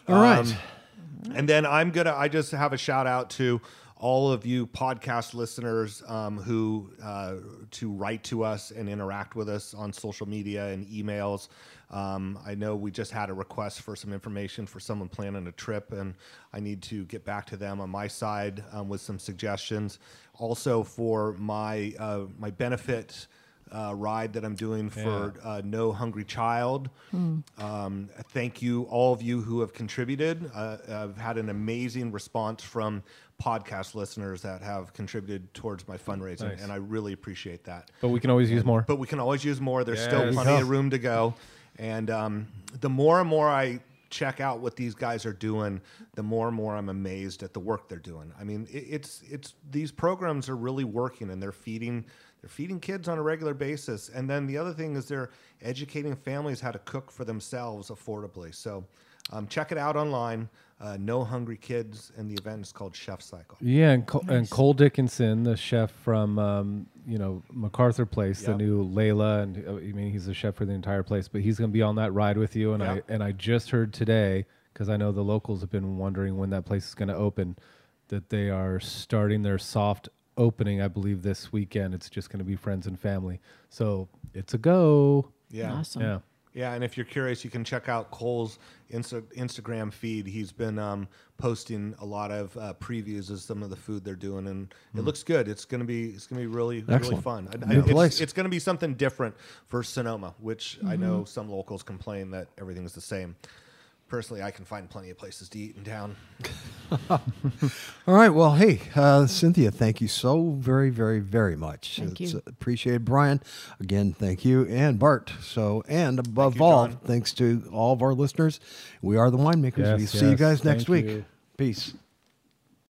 S3: All right.
S4: Mm-hmm. And then I'm gonna. I just have a shout out to all of you podcast listeners um, who uh, to write to us and interact with us on social media and emails. Um, I know we just had a request for some information for someone planning a trip, and I need to get back to them on my side um, with some suggestions. Also for my uh, my benefit uh, ride that I'm doing for uh, No Hungry Child. Um, thank you, all of you who have contributed. Uh, I've had an amazing response from podcast listeners that have contributed towards my fundraising, and I really appreciate that.
S6: But we can always use more.
S4: But we can always use more. There's
S6: Yes.
S4: still plenty of room to go. And um, the more and more I check out what these guys are doing, the more and more I'm amazed at the work they're doing. I mean, it, it's it's these programs are really working, and they're feeding They're feeding kids on a regular basis, and then the other thing is they're educating families how to cook for themselves affordably. So, um, check it out online. Uh, no hungry kids, and the event is called Chef Cycle.
S6: Yeah, and, Col- and Cole Dickinson, the chef from um, you know MacArthur Place,
S4: Yep.
S6: the new Layla, and uh, I mean he's the chef for the entire place, but he's going to be on that ride with you. And
S4: Yep.
S6: I and I just heard today because I know the locals have been wondering when that place is going to open, that they are starting their soft opening. I believe this weekend. It's just going to be friends and family, so it's a go.
S4: Yeah.
S5: Awesome.
S6: Yeah.
S4: Yeah, and if you're curious, you can check out Cole's Insta- Instagram feed. He's been um, posting a lot of uh, previews of some of the food they're doing, and it looks good. It's gonna be it's gonna be really really
S3: Hmm. Excellent.
S4: fun. I- I-
S3: New
S4: it's,
S3: place.
S4: it's gonna be something different for Sonoma, which I
S3: Mm-hmm.
S4: know some locals complain that everything is the same. Personally, I can find plenty of places to eat in town.
S3: All right. Well, hey, uh, Cynthia, thank you so very, very, very much.
S5: Thank you.
S3: Appreciated, Brian. Again, thank you, and Bart. So, and above all, thanks to all of our listeners. We are the winemakers.
S6: Yes,
S3: we see you
S6: yes,
S3: guys next
S6: thank
S3: week.
S6: you.
S3: Peace.